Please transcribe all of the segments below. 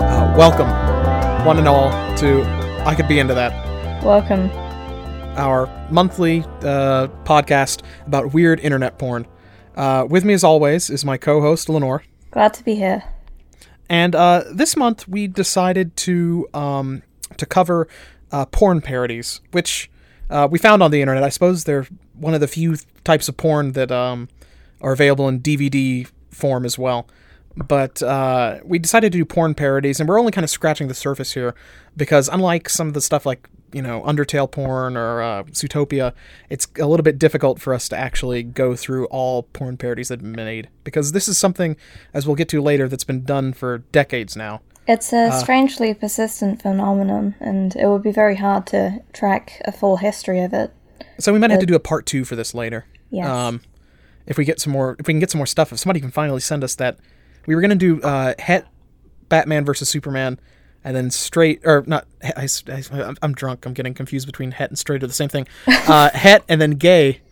Uh, Welcome, one and all, to I Could Be Into That, Welcome. our monthly uh, podcast about weird internet porn. Uh, with me, as always, is my co host, Lenore. Glad to be here. And uh, this month, we decided to, um, to cover uh, porn parodies, which uh, we found on the internet. I suppose they're one of the few types of porn that um, are available in DVD form as well. but uh, we decided to do porn parodies, and we're only kind of scratching the surface here because unlike some of the stuff like you know Undertale porn or uh, Zootopia, it's a little bit difficult for us to actually go through all porn parodies that have been made because this is something, as we'll get to later, that's been done for decades now. It's Ah. a strangely persistent phenomenon, and it would be very hard to track a full history of it. So we might have to do a part two for this later. Oh. Yes. Um, if we get some more, if we can get some more stuff, if somebody can finally send us that, we were gonna do uh, Het, Batman versus Superman, and then straight or not. Het- I, I, I'm drunk. I'm getting confused between Het and straight are the same thing. Uh, het and then gay,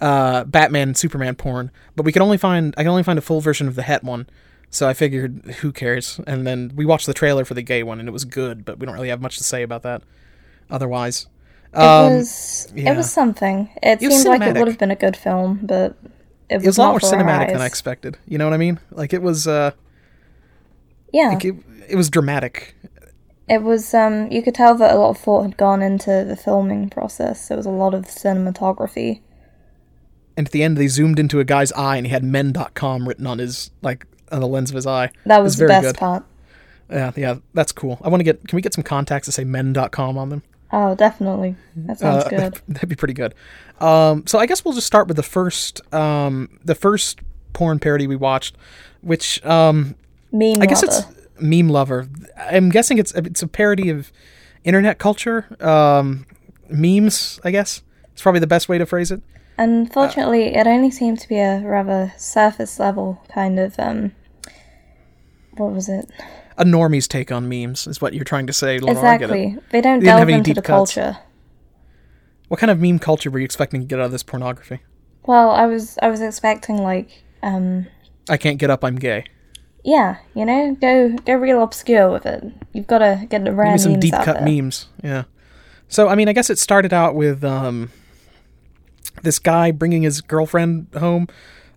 uh, Batman and Superman porn. But we could only find I can only find a full version of the Het one. So I figured, who cares? And then we watched the trailer for the gay one, and it was good, but we don't really have much to say about that. Otherwise, It was Um, yeah. it was something. It, was seemed like it cinematic. would have been a good film, but it was, it was a not lot more for our cinematic than I eyes. expected. You know what I mean? Like it was, uh, Yeah, it, it was dramatic. it was. Um, you could tell that a lot of thought had gone into the filming process. There was a lot of cinematography. And at the end, they zoomed into a guy's eye, and he had "men.com" written on his like on the lens of his eye. That It was, the very best good. part. Yeah, yeah, that's cool. I want to get. Can we get some contacts that say "men.com" on them? Oh, definitely. That sounds Uh, good. That'd be pretty good. Um, so I guess we'll just start with the first, um, the first porn parody we watched, which um, Meme I guess lover. it's meme lover. I'm guessing it's it's a parody of internet culture, um, memes. I guess it's probably the best way to phrase it. Unfortunately, Uh, it only seemed to be a rather surface level kind of um. What was it A normie's take on memes is what you're trying to say. Lenore. I get it. exactly? They don't didn't have delve any into deep the cuts. culture. What kind of meme culture were you expecting to get out of this pornography? Well, I was I was expecting like um I can't get up. I'm gay. yeah you know go go real obscure with it. You've got to get the Give me random some deep cut memes. Yeah. So I mean, I guess it started out with um, this guy bringing his girlfriend home.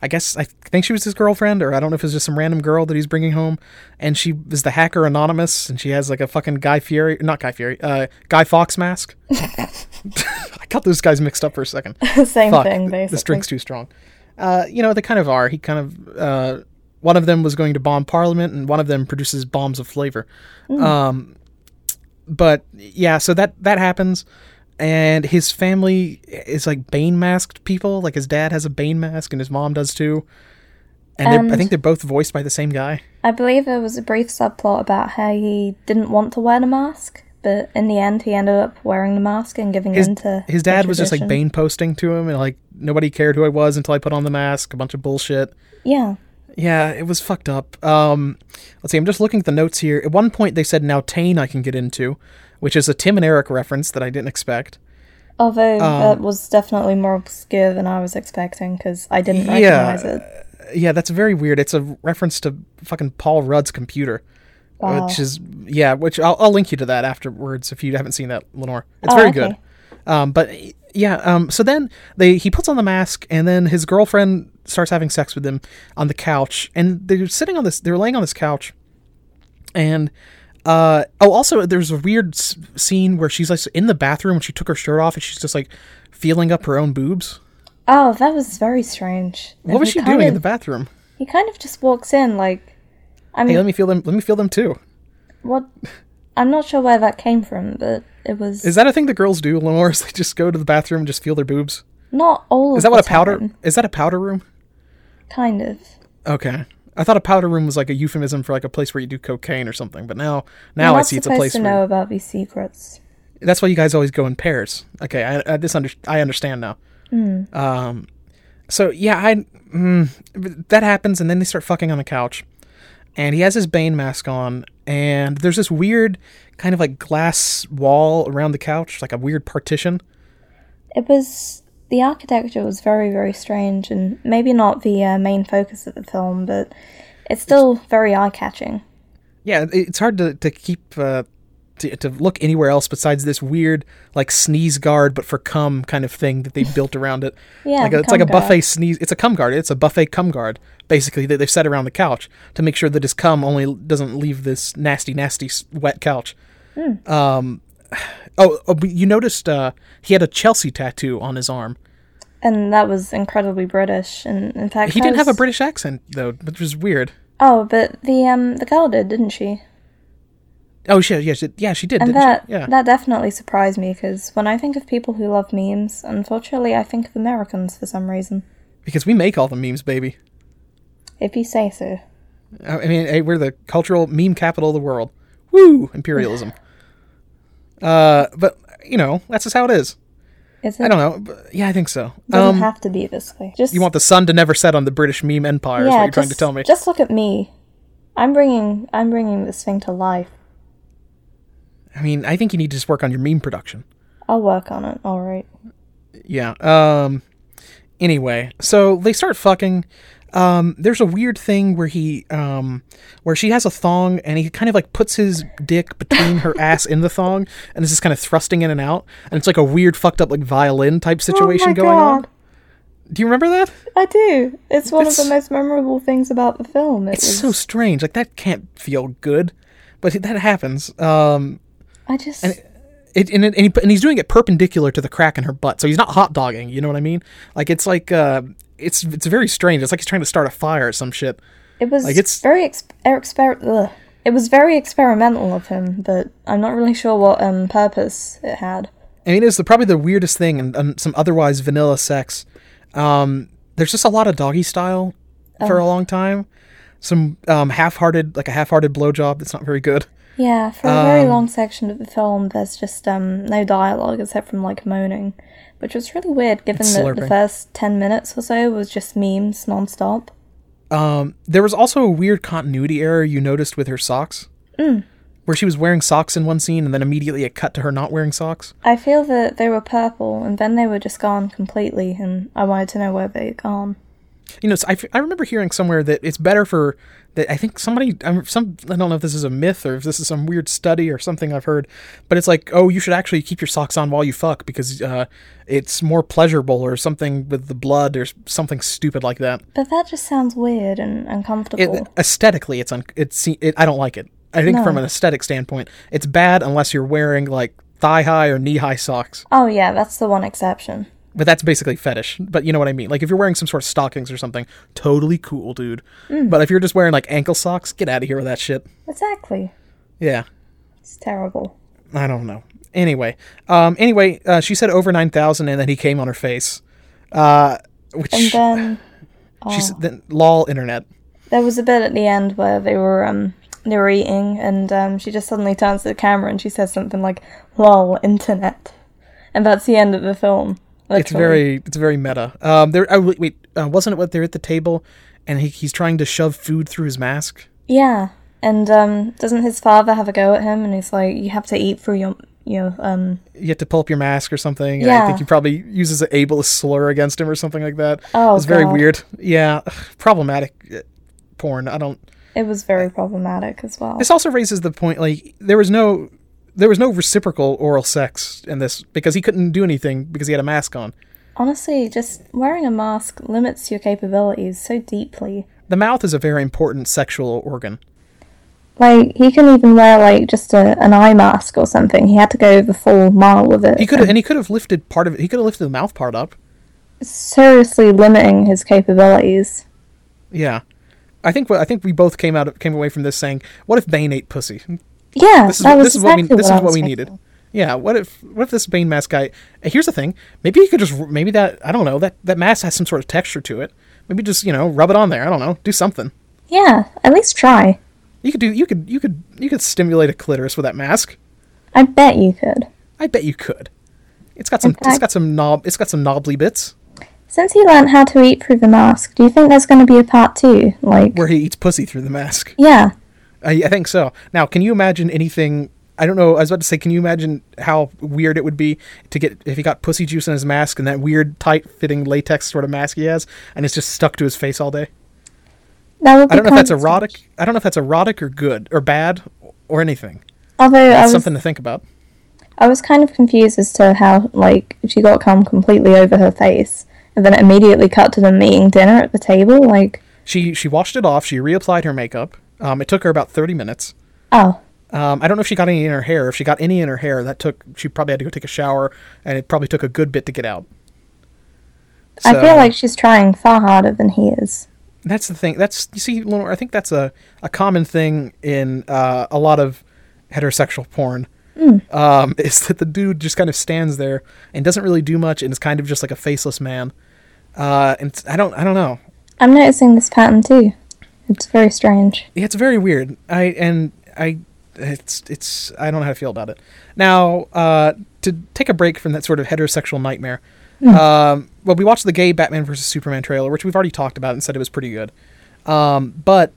I guess I think she was his girlfriend, or I don't know if it was just some random girl that he's bringing home. And she is the hacker anonymous, and she has like a fucking Guy Fieri, not Guy Fieri, uh, Guy Fox mask. I got those guys mixed up for a second. Same Fuck, thing th- basically. this drink's too strong. Uh, you know, they kind of are. He kind of, uh, one of them was going to bomb Parliament, and one of them produces bombs of flavor. Hmm. Um, but yeah, so that that happens, and his family is like Bane masked people. Like his dad has a Bane mask, and his mom does too. And, they're I And- think they're both voiced by the same guy. I believe there was a brief subplot about how he didn't want to wear the mask, but in the end he ended up wearing the mask and giving His, in to his the dad was just like tradition. Bane posting to him, and like nobody cared who I was until I put on the mask. A bunch of bullshit. Yeah. Yeah, it was fucked up. Um, let's see, I'm just looking at the notes here. At one point, they said, now Tane I can get into, which is a Tim and Eric reference that I didn't expect. Although that Um, was definitely more obscure than I was expecting because I didn't Yeah. recognize it. Yeah, that's very weird. It's a reference to fucking Paul Rudd's computer, uh, Wow. which is, yeah, which I'll, I'll link you to that afterwards if you haven't seen that, Lenore. It's Oh, very okay. good. Um, but yeah, um, so then they he puts on the mask, and then his girlfriend starts having sex with him on the couch, and they're sitting on this, they're laying on this couch, and uh oh also there's a weird s- scene where she's like in the bathroom and she took her shirt off and she's just like feeling up her own boobs Oh, that was very strange. what was she doing in the back? bathroom He kind of just walks in, like, I hey uh, mean, let me feel them let me feel them too what? I'm not sure where that came from, but it was is that a thing that girls do lenore is they just go to the bathroom and just feel their boobs not all. is that what a powder is that a powder room Kind of. okay i thought a powder room was like a euphemism for like a place where you do cocaine or something but now You're now i not see it's a supposed place to where know about these secrets. That's why you guys always go in pairs. Okay, I, I this under, I understand now. Hmm. Um, so yeah, I mm, that happens, and then they start fucking on the couch, and he has his Bane mask on, and there's this weird kind of like glass wall around the couch, like a weird partition. It was the architecture was very very strange, and maybe not the uh, main focus of the film, but it's still very eye catching. Yeah, it- it's hard to, to keep uh, to, to look anywhere else besides this weird like sneeze guard, but for cum kind of thing that they built around it. Yeah, like the a, it's like a cum guard. buffet sneeze. It's a cum guard. It's a buffet cum guard, basically that they've set around the couch to make sure that his cum only l- doesn't leave this nasty, nasty s- wet couch. Hmm. Um, oh, oh, but you noticed uh, he had a Chelsea tattoo on his arm. And that was incredibly British. And in fact, He I didn't have a was- British accent though, which was weird. Oh, but the um the girl did, didn't she? Oh, she, yeah, she, yeah, she did. And didn't that she? Yeah. that definitely surprised me because when I think of people who love memes, unfortunately, I think of Americans for some reason. because we make all the memes, baby. If you say so. I I mean, hey, we're the cultural meme capital of the world. Woo, imperialism. uh, but you know, that's just how it is. It's I don't know. But yeah, I think so. doesn't Um, have to be this way. Just you want the sun to never set on the British meme empire? is what yeah, you're just, trying to tell me. just look at me. I'm bringing I'm bringing this thing to life. I mean, I think you need to just work on your meme production. I'll work on it. All right. Yeah. Um. Anyway, so they start fucking. Um. There's a weird thing where he, um, where she has a thong and he kind of like puts his dick between her ass in the thong and is just kind of thrusting in and out and it's like a weird fucked up like violin Oh type situation going on. Do you remember that? I do. It's one of It's- the most memorable things about the film. It It's was, so strange. Like that can't feel good, but that happens. Um. I just It, and, it, and, he, and he's doing it perpendicular to the crack in her butt, so he's not hot dogging. You know what I mean? Like it's like uh, it's it's very strange. It's like he's trying to start a fire or some shit. it was like, it's- very ex- er, exper- ugh. it was very experimental of him, but I'm not really sure what um purpose it had. I mean, it's the, probably the weirdest thing, and, and some otherwise vanilla sex. Um, there's just a lot of doggy style for a long time. Some um, half-hearted, like a half-hearted blowjob that's not very good. Yeah, for a Um, very long section of the film, there's just um no dialogue except from like moaning, which was really weird given It's that the slurping. first ten minutes or so was just memes nonstop. Um, there was also a weird continuity error you noticed with her socks, where she was wearing socks in one scene, and then immediately it cut to her not wearing socks. I feel that they were purple and then they were just gone completely, and I wanted to know where they had gone. you know, so I, f- I remember hearing somewhere that it's better for that. I think somebody, I'm some, I don't know if this is a myth or if this is some weird study or something I've heard, but it's like, oh, you should actually keep your socks on while you fuck because uh, it's more pleasurable or something with the blood or s- something stupid like that. But that just sounds weird and It, uncomfortable. aesthetically, it's un, it's se- it, I don't like it. I think from an aesthetic standpoint, it's bad unless you're wearing like thigh high or knee high socks. oh yeah, that's the one exception. But that's basically fetish. But you know what I mean. Like if you're wearing some sort of stockings or something, totally cool, dude. But if you're just wearing like ankle socks, get out of here with that shit. Exactly. Yeah, It's terrible. I don't know. Anyway, um, anyway, uh, she said over nine thousand, and then he came on her face, uh, which And then she said, then, lol internet. there was a bit at the end where they were um they were eating and um she just suddenly turns to the camera and she says something like lol internet. And that's the end of the film. It's very it's very meta. Um, there, oh, wait, wait uh, wasn't it what they're at the table, and he, he's trying to shove food through his mask. Yeah. And um doesn't his father have a go at him and he's like, You have to eat through your your um You have to pull up your mask or something. And I Yeah. think he probably uses an ableist slur against him or something like that. Oh, it's very God. weird. Yeah, problematic uh, porn. I don't. it was very problematic as well. This also raises the point like there was no there was no reciprocal oral sex in this because he couldn't do anything because he had a mask on. Honestly, just wearing a mask limits your capabilities so deeply. The mouth is a very important sexual organ. Like he can even wear like just a, an eye mask or something. He had to go the full mile with it. He could have and he could have lifted part of it. He could have lifted the mouth part up. seriously limiting his capabilities. Yeah. I think what I think we both came out came away from this saying, what if Bane ate pussy? Yeah, This is that was this is what exactly we this I is what was we thinking. needed. Yeah, what if what if this Bane mask guy eh, Here's the thing. Maybe he could just maybe that I don't know, that that mask has some sort of texture to it. Maybe just, you know, rub it on there. I don't know. Do something. Yeah, at least try. You could do. You could. You could. You could stimulate a clitoris with that mask. I bet you could. I bet you could. It's got some. It's fact- got some knob. It's got some knobbly bits Since he learned how to eat through the mask, do you think there's going to be a part two? Like, where he eats pussy through the mask. yeah, I, I think so. Now, can you imagine anything? I don't know. I was about to say, can you imagine how weird it would be to get if he got pussy juice in his mask and that weird tight-fitting latex sort of mask he has, and it's just stuck to his face all day? That would be I don't know if that's kind of- erotic. I don't know if that's erotic or good or bad or anything. Although I That's was, something to think about. I was kind of confused as to how like she got cum completely over her face, and then it immediately cut to them eating dinner at the table. Like, She she washed it off. She reapplied her makeup. Um, it took her about thirty minutes. oh, Um, I don't know if she got any in her hair. If she got any in her hair, that took she probably had to go take a shower, and it probably took a good bit to get out. I So- feel like she's trying far harder than he is. That's the thing. That's you see, Lenore. I think that's a, a common thing in uh, a lot of heterosexual porn. Um, is that the dude just kind of stands there and doesn't really do much and is kind of just like a faceless man. Uh, and it's- I don't I don't know. I'm noticing this pattern too. It's very strange. Yeah, it's very weird. I and I it's it's I don't know how to feel about it. Now, uh, to take a break from that sort of heterosexual nightmare. Um, well, we watched the gay Batman versus Superman trailer, which we've already talked about and said it was pretty good. Um, but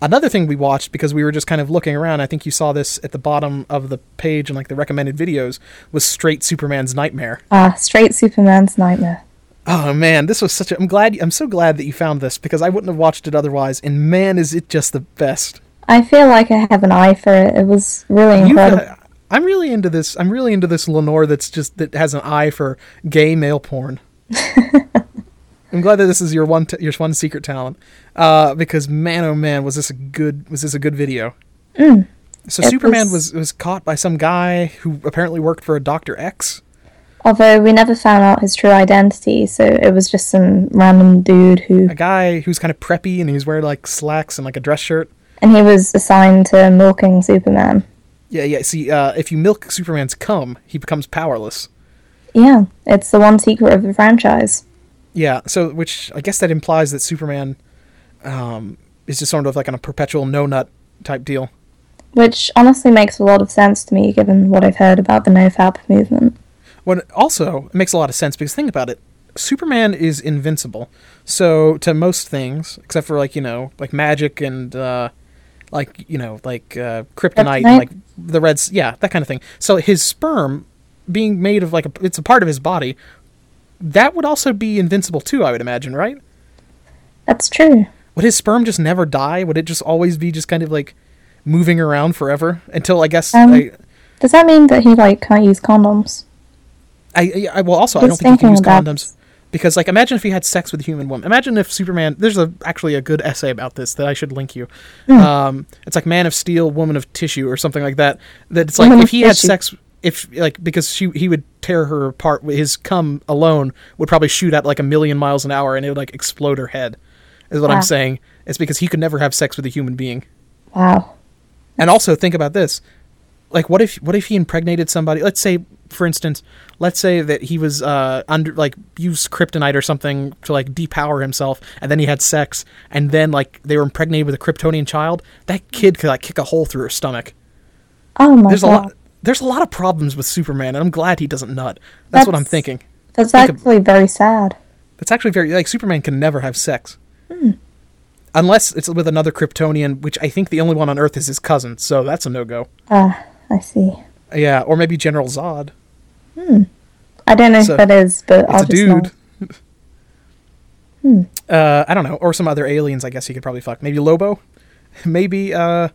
another thing we watched because we were just kind of looking around, I think you saw this at the bottom of the page and like the recommended videos was straight Superman's nightmare. Ah, straight Superman's nightmare. Oh man, this was such a I'm glad I'm so glad that you found this because I wouldn't have watched it otherwise and man is it just the best. I feel like I have an eye for it. It was really You incredible. got- I'm really into this. I'm really into this Lenore that's just that has an eye for gay male porn. I'm glad that this is your one t- your one secret talent, uh, because man oh man was this a good was this a good video. So Mm. It Superman was- was was caught by some guy who apparently worked for a Doctor X. Although we never found out his true identity, so it was just some random dude who, a guy who's kind of preppy and he's wearing like slacks and like a dress shirt. and he was assigned to milking Superman. Yeah, yeah. See, uh, if you milk Superman's cum, he becomes powerless. Yeah, it's the one secret of the franchise. Yeah. So, which I guess that implies that Superman um, is just sort of like on a perpetual no nut type deal. Which honestly makes a lot of sense to me given what I've heard about the nofap movement. What also makes a lot of sense because think about it. Superman is invincible. So to most things, except for like, you know, like magic and uh like, you know, like uh kryptonite, Kryptonite? like the reds, yeah, that kind of thing. So his sperm being made of like a, it's a part of his body, that would also be invincible too, I would imagine, right? That's true. Would his sperm just never die? Would it just always be just kind of like moving around forever until I guess Um, I, Does that mean that he like can't use condoms? I, I well also I Just don't think you can thinking use about condoms because like imagine if he had sex with a human woman. Imagine if Superman. There's a actually a good essay about this that I should link you. Hmm. Um, it's like Man of Steel, Woman of Tissue, or something like that. That it's like Woman if of he had Tissue. sex. If like because she he would tear her apart. His cum alone would probably shoot at like a million miles an hour, and it would like explode her head. Is what Wow. I'm saying. It's because he could never have sex with a human being. Wow. And also think about this. Like what if what if he impregnated somebody? Let's say for instance, let's say that he was uh under like used kryptonite or something to like depower himself and then he had sex and then like they were impregnated with a kryptonian child, that kid could like kick a hole through her stomach. Oh my There's a god. lot there's a lot of problems with Superman and I'm glad he doesn't nut. That's, what I'm That's- thinking. That's think of- actually very sad. That's actually very like Superman can never have sex. Unless it's with another Kryptonian, which I think the only one on Earth is his cousin, so that's a no go. Ah, I see. Yeah, or maybe General Zod. I don't know So, if that is, but I'll It's a just Hmm. know. dude. Uh, I don't know, or some other aliens. I guess he could probably fuck. Maybe Lobo, maybe uh,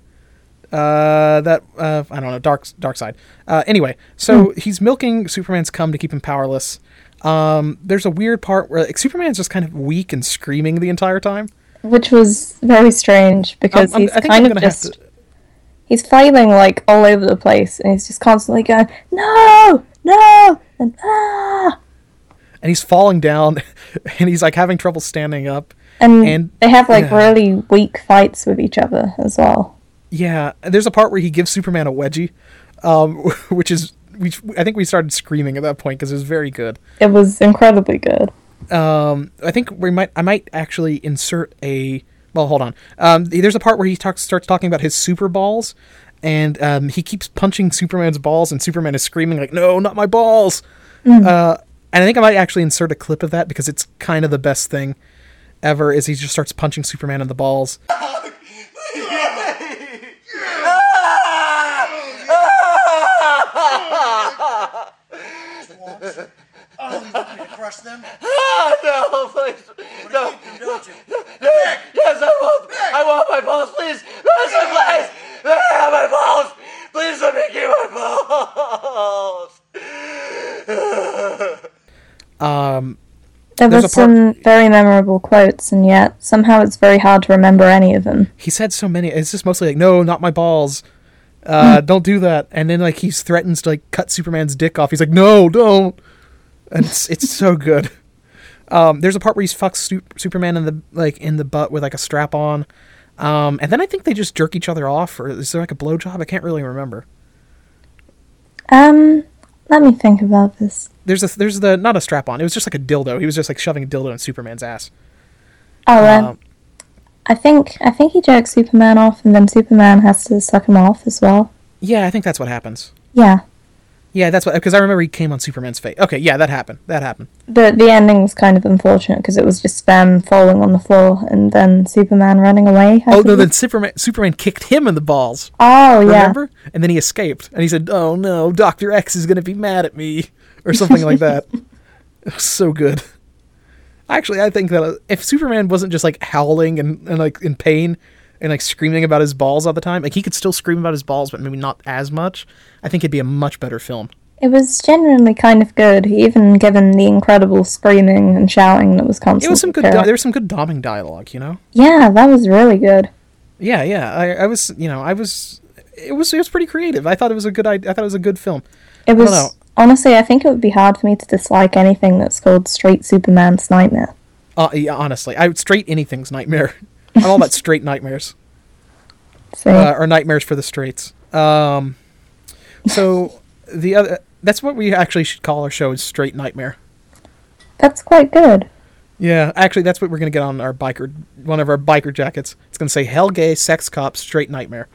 uh, that uh, I don't know. Dark Dark Side. Uh, anyway, so Hmm. he's milking Superman's cum to keep him powerless. Um, there's a weird part where like, Superman's just kind of weak and screaming the entire time. Which was very strange because I'm- he's I think kind I'm of gonna have just to- he's flailing like all over the place and he's just constantly going, No, no, and ah And he's falling down, and he's like having trouble standing up. and, And- they have like yeah. really weak fights with each other as well. Yeah, and there's a part where he gives Superman a wedgie, um, which is we. I think we started screaming at that point because it was very good. It was incredibly good. Um, I think we might. I might actually insert a. Well, hold on. Um, there's a part where he talks starts talking about his super balls, and um, he keeps punching Superman's balls, and Superman is screaming like, "No, not my balls!" Uh, and I think I might actually insert a clip of that because it's kind of the best thing ever. Is he just starts punching Superman in the balls? crush them? Ah, no, please. No. Them, don't you? Yes, I want. I want my balls, please. That's my place. I have my balls. Please let me get my balls. There were There's a part- some very memorable quotes, and yet somehow it's very hard to remember any of them. he said so many. It's just mostly like, no, not my balls. Uh, don't do that. And then like he threatens to like cut Superman's dick off. He's like, no, don't. And it's it's so good. Um, there's a part where he's fucks Su- Superman in the like in the butt with like a strap on. Um, and then I think they just jerk each other off, or is there like a blowjob? I can't really remember. Um, let me think about this. There's a there's the not a strap on. It was just like a dildo. He was just like shoving a dildo in Superman's ass. Oh, um, Um, I think I think he jerks Superman off, and then Superman has to suck him off as well. Yeah, I think that's what happens. Yeah, Yeah, that's what because I remember he came on Superman's face. Okay, yeah, that happened. That happened. the the ending was kind of unfortunate because it was just them falling on the floor and then Superman running away. I Oh no, believe. then Superman Superman kicked him in the balls. oh yeah, remember? And then he escaped. And he said, Oh no, Dr. X is going to be mad at me. Or something like that. It was so good. Actually, I think that uh, if Superman wasn't just like howling and, and like in pain and like screaming about his balls all the time, like he could still scream about his balls, but maybe not as much, I think it'd be a much better film. it was genuinely kind of good, even given the incredible screaming and shouting that was constantly. It was some good, occurring. di- there was some good doming dialogue, you know? yeah, that was really good. Yeah, yeah. I, I was, you know, I was, it was, it was pretty creative. I thought it was a good, I, I thought it was a good film. It don't was know. honestly, I think it would be hard for me to dislike anything that's called straight Superman's nightmare. Uh, yeah, honestly, I would straight anything's nightmare. I'm all about straight nightmares. So uh, or nightmares for the streets. Um, so the other that's what we actually should call our show is straight nightmare. that's quite good. Yeah, actually, that's what we're gonna get on our biker one of our biker jackets. It's gonna say "Hell Gay Sex Cop Straight Nightmare."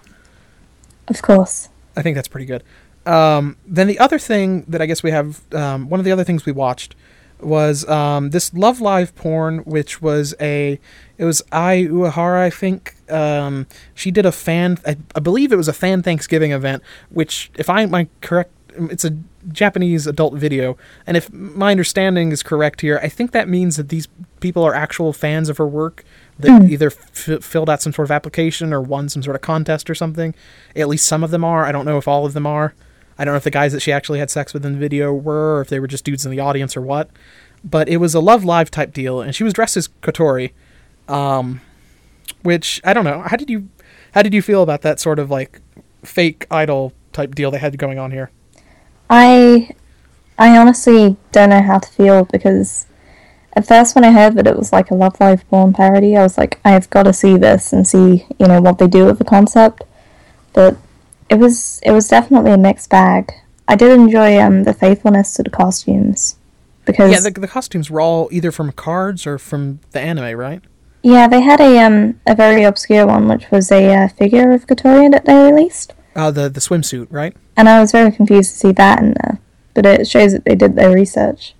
Of course. I think that's pretty good. Um, then the other thing that I guess we have um, one of the other things we watched was um, this Love Live porn, which was a it was Ai Uehara, I think. Um, she did a fan, I, I believe it was a fan Thanksgiving event, which if I am I correct, um, it's a Japanese adult video, and if my understanding is correct here, I think that means that these people are actual fans of her work that either f- filled out some sort of application or won some sort of contest or something. At least some of them are. I don't know if all of them are. I don't know if the guys that she actually had sex with in the video were, or if they were just dudes in the audience or what. But it was a Love Live type deal, and she was dressed as Kotori, um, which I don't know. How did you, how did you feel about that sort of like fake idol type deal they had going on here? I I honestly don't know how to feel because at first when I heard that it was like a Love Live Born parody, I was like, I've got to see this and see, you know, what they do with the concept. But it was it was definitely a mixed bag. I did enjoy um the faithfulness to the costumes because Yeah, the, the costumes were all either from cards or from the anime, right? Yeah, they had a um a very obscure one, which was a uh, figure of Katori that they released, Uh, the the swimsuit, right? and I was very confused to see that in there. But it shows that they did their research.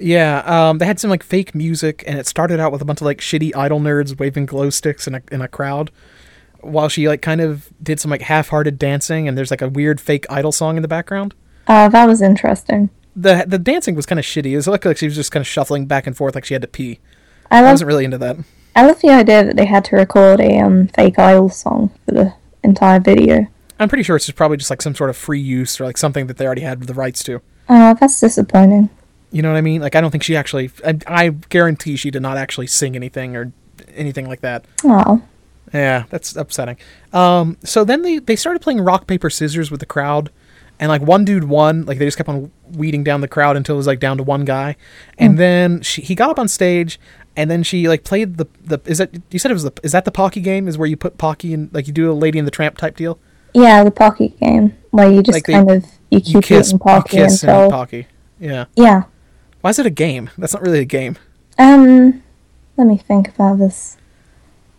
Yeah, um, they had some like fake music, and it started out with a bunch of like shitty idol nerds waving glow sticks in a in a crowd, while she like kind of did some like half-hearted dancing, and there's like a weird fake idol song in the background. Uh, that was interesting. the The dancing was kind of shitty. It looked like she was just kind of shuffling back and forth, like she had to pee. I I love wasn't really into that. I love the idea that they had to record a um fake idol song for the entire video. I'm pretty sure it's just probably just like some sort of free use or like something that they already had the rights to. Oh, that's disappointing. You know what I mean? Like I don't think she actually. I, I guarantee she did not actually sing anything or anything like that. Oh, Yeah, that's upsetting. Um, so then they they started playing rock paper scissors with the crowd, and like one dude won. Like they just kept on weeding down the crowd until it was like down to one guy, and then she, he got up on stage, and then she like played the the is that you said it was the is that the Pocky game is where you put Pocky and like you do a Lady and the Tramp type deal. yeah, the pocket game where you just Like they- kind of you keep You kiss, eating you pocky kiss, until and Pocky. Yeah. yeah. Why is it a game? That's not really a game. Um, let me think about this.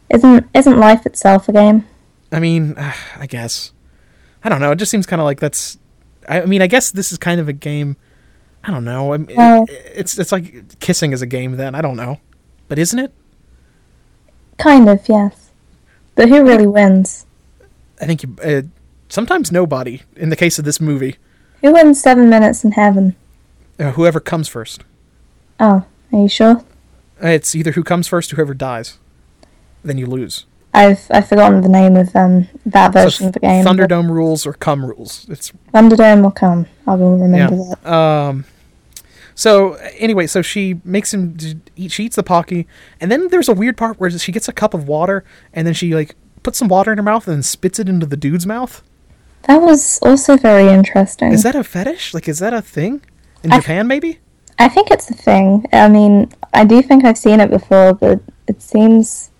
Isn't isn't life itself a game? I mean, I guess. I don't know. It just seems kind of like that's. I I mean, I guess this is kind of a game. I don't know. I mean, Well- it's it's like kissing is a game. Then I don't know, but isn't it? Kind of, yes. But who really wins? I think you, uh, sometimes nobody. In the case of this movie, Who wins seven minutes in heaven? uh, whoever comes first. Oh, are you sure? Uh, It's either who comes first, whoever dies, then you lose. I've I've forgotten the name of um that So version of the game. but Thunderdome rules or cum rules. It's Thunderdome will come. I will remember Yeah. that. So anyway, so she makes him d- eat. She eats the pocky, and then there's a weird part where she gets a cup of water, and then she like puts some water in her mouth and then spits it into the dude's mouth. That was also very interesting. Is that a fetish? Like, is that a thing in I- Japan? Maybe. I think it's a thing. I mean, I do think I've seen it before, but it seems.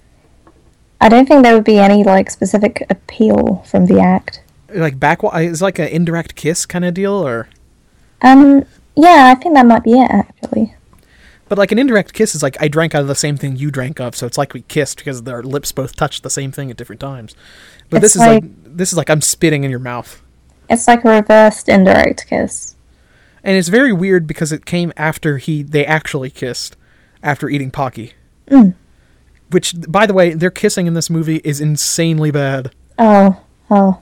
I don't think there would be any like specific appeal from the act. Like back, it's like an indirect kiss kind of deal, or Um, yeah, I think that might be it actually. but like an indirect kiss is like I drank out of the same thing you drank of, so it's like we kissed because our lips both touched the same thing at different times. But this It's is like this is like I'm spitting in your mouth. It's like a reversed indirect kiss. and it's very weird because it came after he they actually kissed after eating pocky which by the way their kissing in this movie is insanely bad Oh, oh.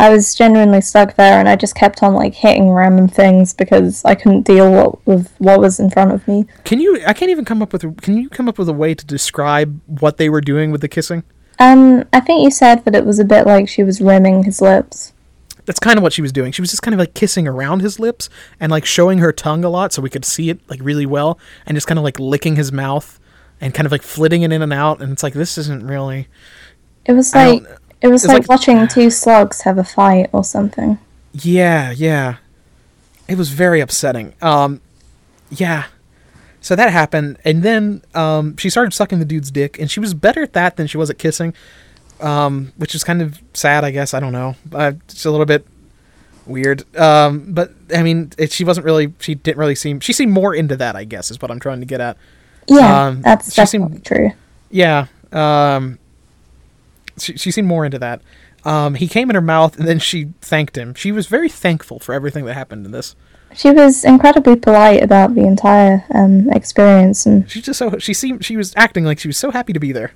I was genuinely stuck there, and I just kept on like hitting random things because I couldn't deal what, with what was in front of me. can you i can't even come up with a- can you come up with a way to describe what they were doing with the kissing Um, I think you said that it was a bit like she was rimming his lips. that's kind of what she was doing she was just kind of like kissing around his lips and like showing her tongue a lot so we could see it like really well and just kind of like licking his mouth and kind of like flitting it in and out and it's like this isn't really It was I like don't- it was it's like, like- watching two slugs have a fight or something. Yeah, yeah. It was very upsetting. Um yeah. So that happened and then um she started sucking the dude's dick and she was better at that than she was at kissing. Um which is kind of sad, I guess. I don't know. Uh, it's a little bit weird. Um but I mean, it, she wasn't really she didn't really seem she seemed more into that, I guess, is what I'm trying to get at. Yeah, Um, that's she seemed- definitely true. Yeah. Um, she, she seemed more into that. Um, he came in her mouth and then she thanked him. She was very thankful for everything that happened in this. She was incredibly polite about the entire um, experience, and She just so she seemed she was acting like she was so happy to be there.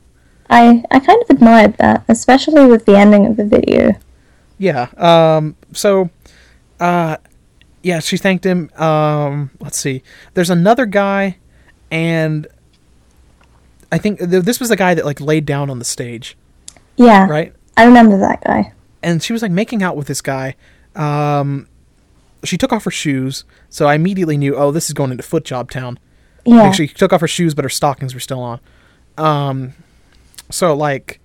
I I kind of admired that, especially with the ending of the video. Yeah. Um, so, uh, yeah, she thanked him. Um, let's see. There's another guy, and I think th- this was the guy that like laid down on the stage, Yeah, right? I remember that guy. and she was like making out with this guy. Um, she took off her shoes, so I immediately knew, oh, this is going into foot job town. Yeah, Like she took off her shoes, but her stockings were still on. Um, so like,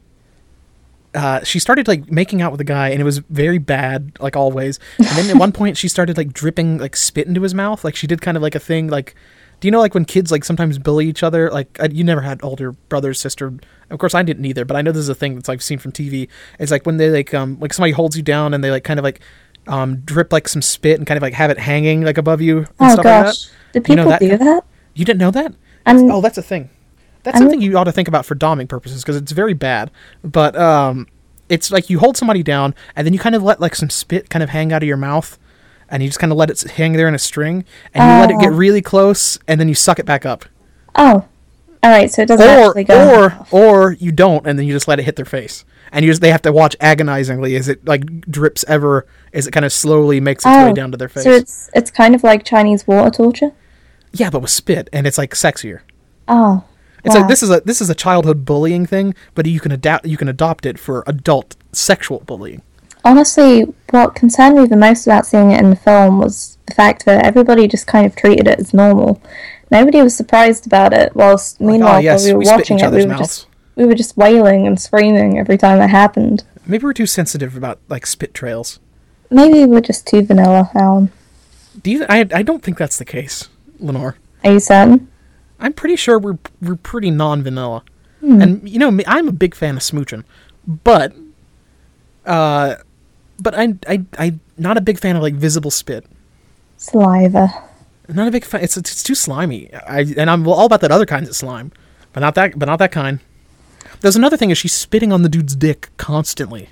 uh, she started like making out with the guy, and it was very bad, like always. And then at one point, she started like dripping like spit into his mouth. Like she did kind of like a thing. Like, do you know like when kids like sometimes bully each other? Like I, you never had older brother sister. Of course, I didn't either. But I know this is a thing that's I've seen from TV. It's like when they like um like somebody holds you down and they like kind of like um drip like some spit and kind of like have it hanging like above you and oh stuff like gosh, that. do You know people that do that? You didn't know that? I'm- oh, that's a thing. That's I'm- something you ought to think about for doming purposes because it's very bad. But um, it's like you hold somebody down and then you kind of let like some spit kind of hang out of your mouth, and you just kind of let it s- hang there in a string, and you let it get really close, and then you suck it back up, Oh, all right, so it doesn't or actually go. or or you don't, and then you just let it hit their face, and you just they have to watch agonizingly as it like drips ever as it kind of slowly makes its way oh, down to their face. so it's it's kind of like Chinese water torture. yeah, but with spit, and it's like sexier. Oh, It's Wow. like this is a this is a childhood bullying thing, but you can adapt you can adopt it for adult sexual bullying. Honestly, what concerned me the most about seeing it in the film was the fact that everybody just kind of treated it as normal. Nobody was surprised about it, whilst meanwhile, oh, yes, while we were we spit in watching each it, we other's were, mouths. just, we were just wailing and screaming every time it happened. Maybe we're too sensitive about like spit trails. Maybe we're just too vanilla, Alan. Do you? I I don't think that's the case, Lenore. Are you certain? I'm pretty sure we're we're pretty non vanilla, and you know me, I'm a big fan of smooching, but uh, but I I I not a big fan of like visible spit. Saliva. Not a big fan. It's it's too slimy. I and I'm all about that other kinds of slime, but not that but not that kind. There's another thing is she's spitting on the dude's dick constantly.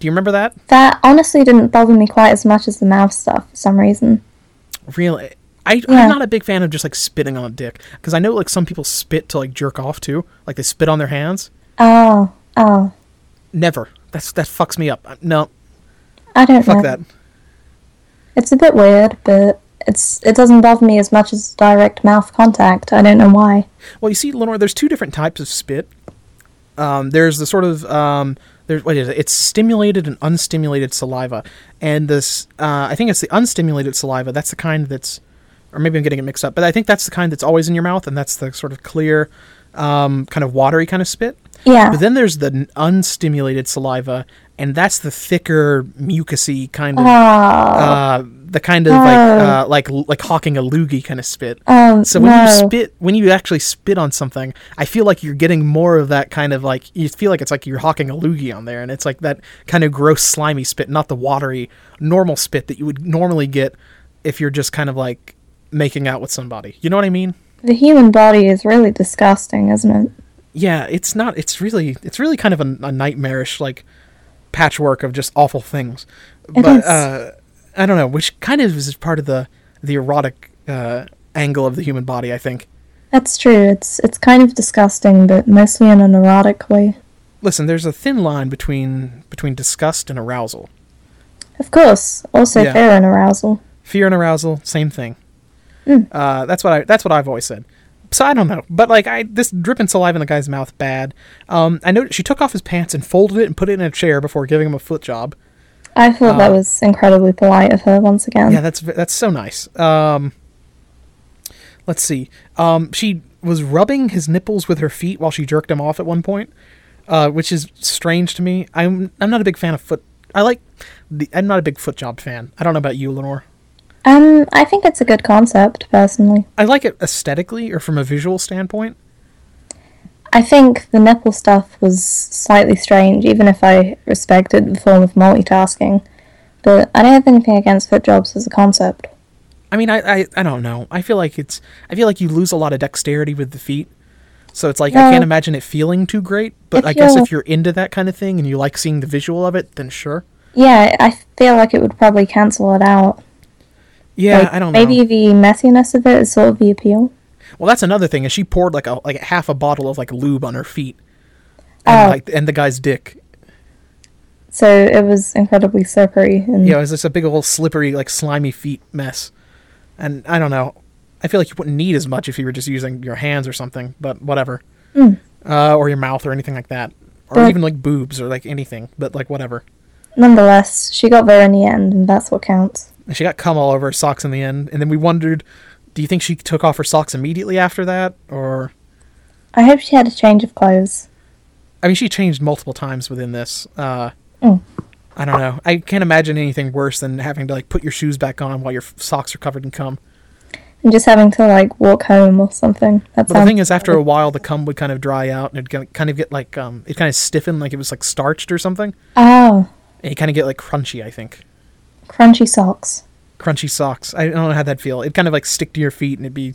Do you remember that? That honestly didn't bother me quite as much as the mouth stuff for some reason. Really, I Yeah. I'm not a big fan of just like spitting on a dick because I know like some people spit to like jerk off too, like they spit on their hands. Oh, oh. Never. That's that fucks me up. No, I don't fuck know. that. It's a bit weird, but it's it doesn't bother me as much as direct mouth contact. I don't know why. Well, you see, Lenore, there's two different types of spit. um, there's the sort of um, there's what is it? It's stimulated and unstimulated saliva, and this uh, I think it's the unstimulated saliva. That's the kind that's, or maybe I'm getting it mixed up, but I think that's the kind that's always in your mouth, and that's the sort of clear, um, kind of watery kind of spit. Yeah. But then there's the n- unstimulated saliva, and that's the thicker, mucousy kind of, Ah. uh, the kind of like uh, like like hawking a loogie kind of spit. Oh, so when you no. spit, when you actually spit on something, I feel like you're getting more of that kind of like you feel like it's like you're hawking a loogie on there, and it's like that kind of gross, slimy spit, not the watery, normal spit that you would normally get if you're just kind of like making out with somebody. You know what I mean? The human body is really disgusting, isn't it? yeah it's not it's really it's really kind of a, a nightmarish like patchwork of just awful things but is. uh i don't know which kind of is part of the the erotic uh angle of the human body i think That's true. It's it's kind of disgusting, but mostly in an erotic way. listen there's a thin line between between disgust and arousal Of course. Also Yeah. fear and arousal. fear and arousal same thing uh, that's what i that's what i've always said so i don't know but like i this dripping saliva in the guy's mouth bad um i noticed she took off his pants and folded it and put it in a chair before giving him a foot job I thought that was incredibly polite of her once again. Ah. Yeah, that's v- that's so nice. Um, let's see. Um, she was rubbing his nipples with her feet while she jerked him off at one point, uh, which is strange to me. I'm I'm not a big fan of foot. I like. The, I'm not a big foot job fan. I don't know about you, Lenore. Um, I think it's a good concept, personally. I like it aesthetically or from a visual standpoint. I think the nipple stuff was slightly strange, even if I respected the form of multitasking. But I don't have anything against foot jobs as a concept. I mean, I, I I don't know. I feel like it's. I feel like you lose a lot of dexterity with the feet. So it's like I Yeah. can't imagine it feeling too great. But If I guess you're- if you're into that kind of thing and you like seeing the visual of it, then sure. Yeah, I feel like it would probably cancel it out. Yeah, Like, I don't know. maybe the messiness of it is sort of the appeal. Well, that's another thing. Is she poured like a like a half a bottle of like lube on her feet, and, Oh. like and the guy's dick. So it was incredibly slippery and You know, it's just a big old slippery like slimy feet mess. And I don't know. I feel like you wouldn't need as much if you were just using your hands or something, but whatever. Uh, or your mouth or anything like that, or Mm. But- even like boobs or like anything, but like whatever. nonetheless, she got there in the end, and that's what counts. And she got cum all over her socks in the end, and then we wondered, do you think she took off her socks immediately after that, or? I hope she had a change of clothes. I mean, she changed multiple times within this. Uh, Mm. I don't know. I can't imagine anything worse than having to like put your shoes back on while your f- socks are covered in cum. And just having to like walk home or something. um, But That the sounds thing is, after a while, the cum would kind of dry out and it'd g- kind of get like um, it kind of stiffened, like it was like starched or something, Oh, and you kind of get like crunchy. I think crunchy socks. crunchy socks. I don't know how that feel. It kind of like stick to your feet and it'd be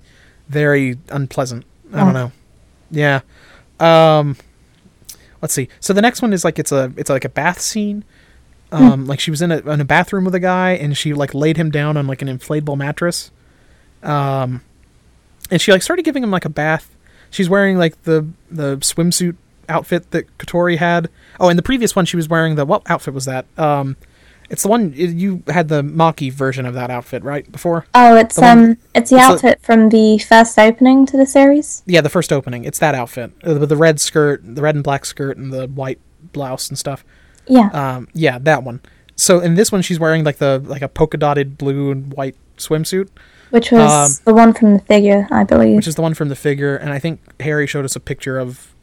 very unpleasant. I don't know. Yeah. Um, let's see. So the next one is like it's a it's like a bath scene. Um, like she was in a in a bathroom with a guy and she like laid him down on like an inflatable mattress. Um, and she like started giving him like a bath. She's wearing like the the swimsuit outfit that Katori had. Oh, and the previous one she was wearing the what outfit was that? Um, it's the one you had the Maki version of that outfit right before. Oh, it's The one- um, it's the it's a- outfit from the first opening to the series. Yeah, the first opening. It's that outfit Uh, with the red skirt, the red and black skirt, and the white blouse and stuff. Yeah, Um, yeah, that one. So in this one, she's wearing like the like a polka dotted blue and white swimsuit, which was um, the one from the figure, I believe. which is the one from the figure. And I think Harry showed us a picture of.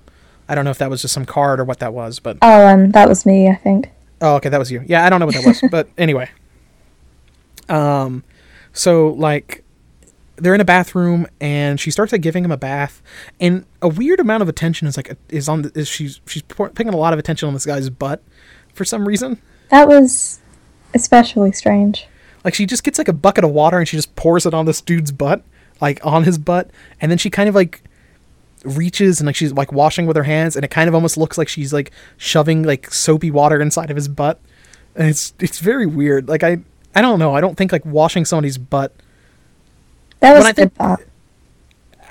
I don't know if that was just some card or what that was, but oh, um, that was me, I think. Oh, okay, that was you. Yeah, I don't know what that was, but anyway. Um, so like, they're in a bathroom, and she starts like giving him a bath, and a weird amount of attention is like is on the, is she's she's pour- picking a lot of attention on this guy's butt for some reason. That was especially strange. Like she just gets like a bucket of water and she just pours it on this dude's butt, like on his butt, and then she kind of like reaches and like she's like washing with her hands and it kind of almost looks like she's like shoving like soapy water inside of his butt. And it's it's very weird. Like I I don't know. I don't think like washing somebody's butt. That was I a good think- part.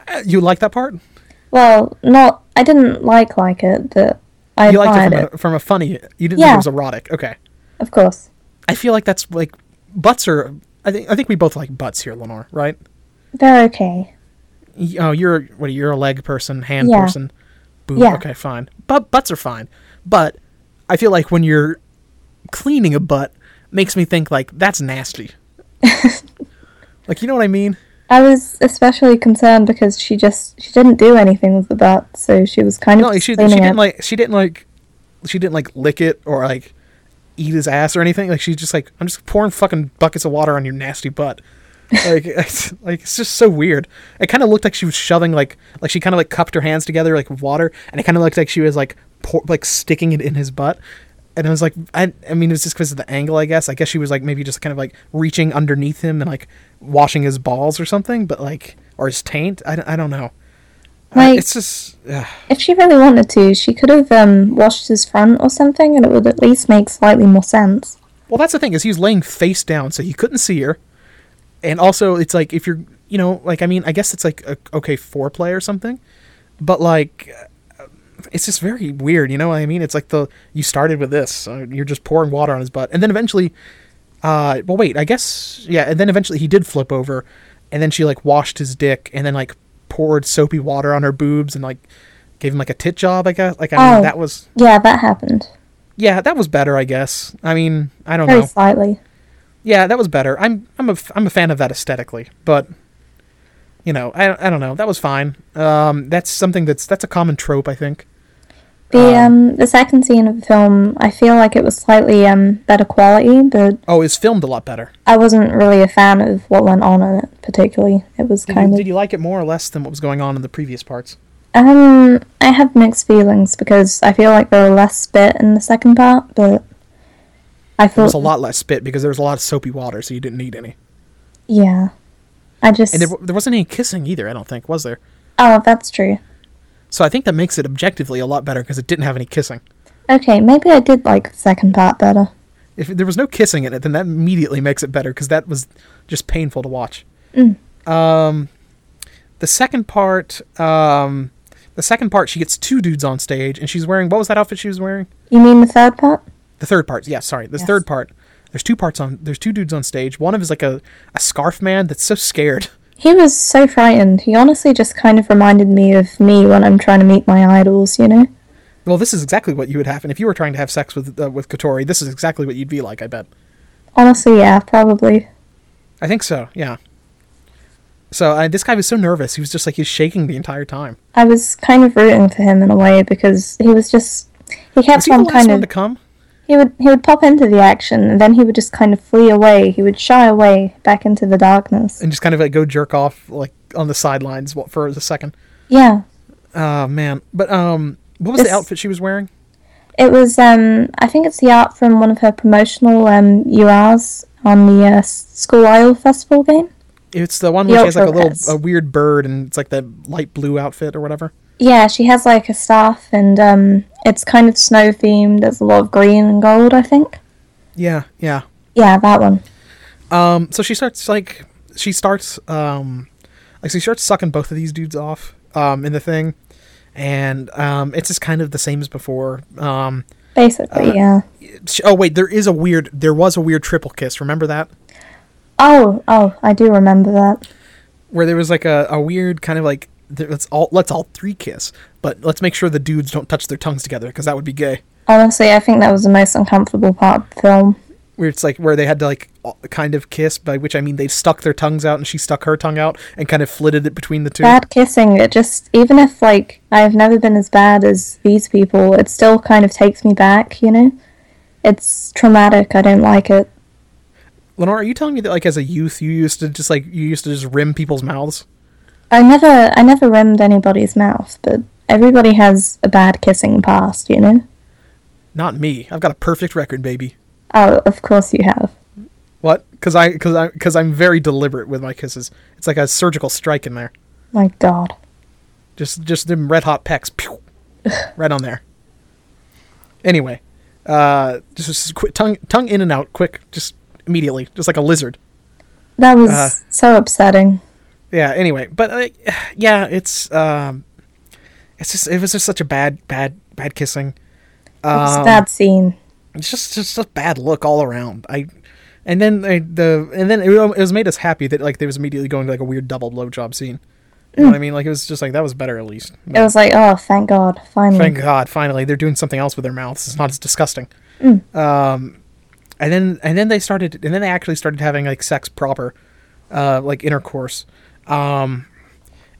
Uh, You like that part? Well, not I didn't like like it, but I You liked admired it from a, it, from a funny. You didn't think it Yeah. was erotic. Okay. of course. I feel like that's like butts are. I think I think we both like butts here, Lenore. Right? They're okay. Y- Oh, you're what? You're a leg person, hand Yeah. person. Boob. Yeah. Okay, fine. But butts are fine. But I feel like when you're cleaning a butt, makes me think like that's nasty. like you know what I mean? I was especially concerned because she just she didn't do anything with the butt, so she was kind of No, she, just she cleaning didn't it. like she didn't like she didn't like lick it or like eat his ass or anything. Like she's just like I'm just pouring fucking buckets of water on your nasty butt. Like it's, like it's just so weird. It kind of looked like she was shoving like like she kind of like cupped her hands together like with water, and it kind of looked like she was like pour, like sticking it in his butt. And it was like I I mean it was just because of the angle I guess. I guess she was like maybe just kind of like reaching underneath him and like washing his balls or something, but like or his taint. I, don't- I don't know. Uh, Like- it's just. ugh. If she really wanted to, she could have um, washed his front or something, and it would at least make slightly more sense. Well, that's the thing is he was laying face down, so he couldn't see her. And also, it's like if you're, you know, like I mean, I guess it's like a, okay foreplay or something, but like, uh, it's just very weird. You know what I mean? It's like the you started with this, so you're just pouring water on his butt, and then eventually, uh, well, wait, I guess yeah, and then eventually he did flip over, and then she like washed his dick, and then like poured soapy water on her boobs, and like gave him like a tit job. I guess like I mean Oh. that was Yeah, that happened yeah that was better. I guess I mean I don't very know. slightly. Yeah, that was better. I'm I'm a f- I'm a fan of that aesthetically, but you know, I I don't know. That was fine. Um, that's something that's that's a common trope, I think. The um, the second scene of the film, I feel like it was slightly um better quality, but Oh, it's filmed a lot better. I wasn't really a fan of what went on in it particularly. It was Did, kind you, of did you like it more or less than what was going on in the previous parts? Um, I have mixed feelings because I feel like there were less spit in the second part, but I There thought was a lot less spit because there was a lot of soapy water, so you didn't need any. Yeah, I just And there, w- there wasn't any kissing either, I don't think, was there? oh, that's true. So I think that makes it objectively a lot better because it didn't have any kissing. Okay, maybe I did like the second part better. if there was no kissing in it, then that immediately makes it better because that was just painful to watch. Um, the second part, um, the second part, she gets two dudes on stage, and she's wearing what was that outfit she was wearing? You mean the third part? The third part, yeah, sorry, the Yes. third part. There's two parts on. There's two dudes on stage. One of 'em is like a, a scarf man that's so scared. He was so frightened. He honestly just kind of reminded me of me when I'm trying to meet my idols, you know? Well, this is exactly what you would happen if you were trying to have sex with uh, with Katori. This is exactly what you'd be like, I bet. Honestly, yeah, probably. I think so. Yeah. So uh, this guy was so nervous. He was just like he's shaking the entire time. I was kind of rooting for him in a way because he was just he Was kept he the on last kind one of to come? He would he would pop into the action and then he would just kind of flee away. He would shy away back into the darkness. and just kind of like go jerk off like on the sidelines wa- for a second. Yeah. Oh man, but um, what was the This- outfit she was wearing? It was um I think it's the art from one of her promotional um URs on the uh, s- school idol festival game. It's the one The where she has like a little Ultrapress. a weird bird and it's like the light blue outfit or whatever. Yeah, she has like a staff and um it's kind of snow themed. There's a lot of green and gold, I think. Yeah, yeah. Yeah, that one. Um, so she starts like she starts um, like she starts sucking both of these dudes off um in the thing, and um, it's just kind of the same as before. Um, Basically, yeah. sh oh wait, there is a weird there was a weird triple kiss. Remember that? Oh, oh, I do remember that. where there was like a, a weird kind of like th- let's all let's all three kiss, but let's make sure the dudes don't touch their tongues together because that would be gay. Honestly, I think that was the most uncomfortable part of the film. Where it's like where they had to like all- kind of kiss, by which I mean they stuck their tongues out and she stuck her tongue out and kind of flitted it between the two. bad kissing it just even if like i've never been as bad as these people it still kind of takes me back you know it's traumatic i don't like it Lenore, are you telling me that like as a youth you used to just like you used to just rim people's mouths? i never i never rimmed anybody's mouth but everybody has a bad kissing past you know Not me. I've got a perfect record, baby. oh of course you have What? Because I because I because I'm very deliberate with my kisses. It's like a surgical strike in there. my god Just just them red hot pecks, pew, right on there. Anyway, uh, just, just quick, tongue tongue in and out, quick, just immediately, just like a lizard. that was Uh. so upsetting Yeah. Anyway, but uh, yeah, it's um, it's just it was just such a bad bad bad kissing. it was um, a bad scene It's just just a bad look all around. I. And then they, the and then it, wa- it was made us happy that like there was immediately going to like a weird double blowjob scene, You know what I mean? Like it was just like that was better at least. It was like, oh, thank God, finally. Oh, Thank God, finally they're doing something else with their mouths. It's not as disgusting. Um, and then and then they started and then they actually started having like sex proper, uh, like intercourse. Um,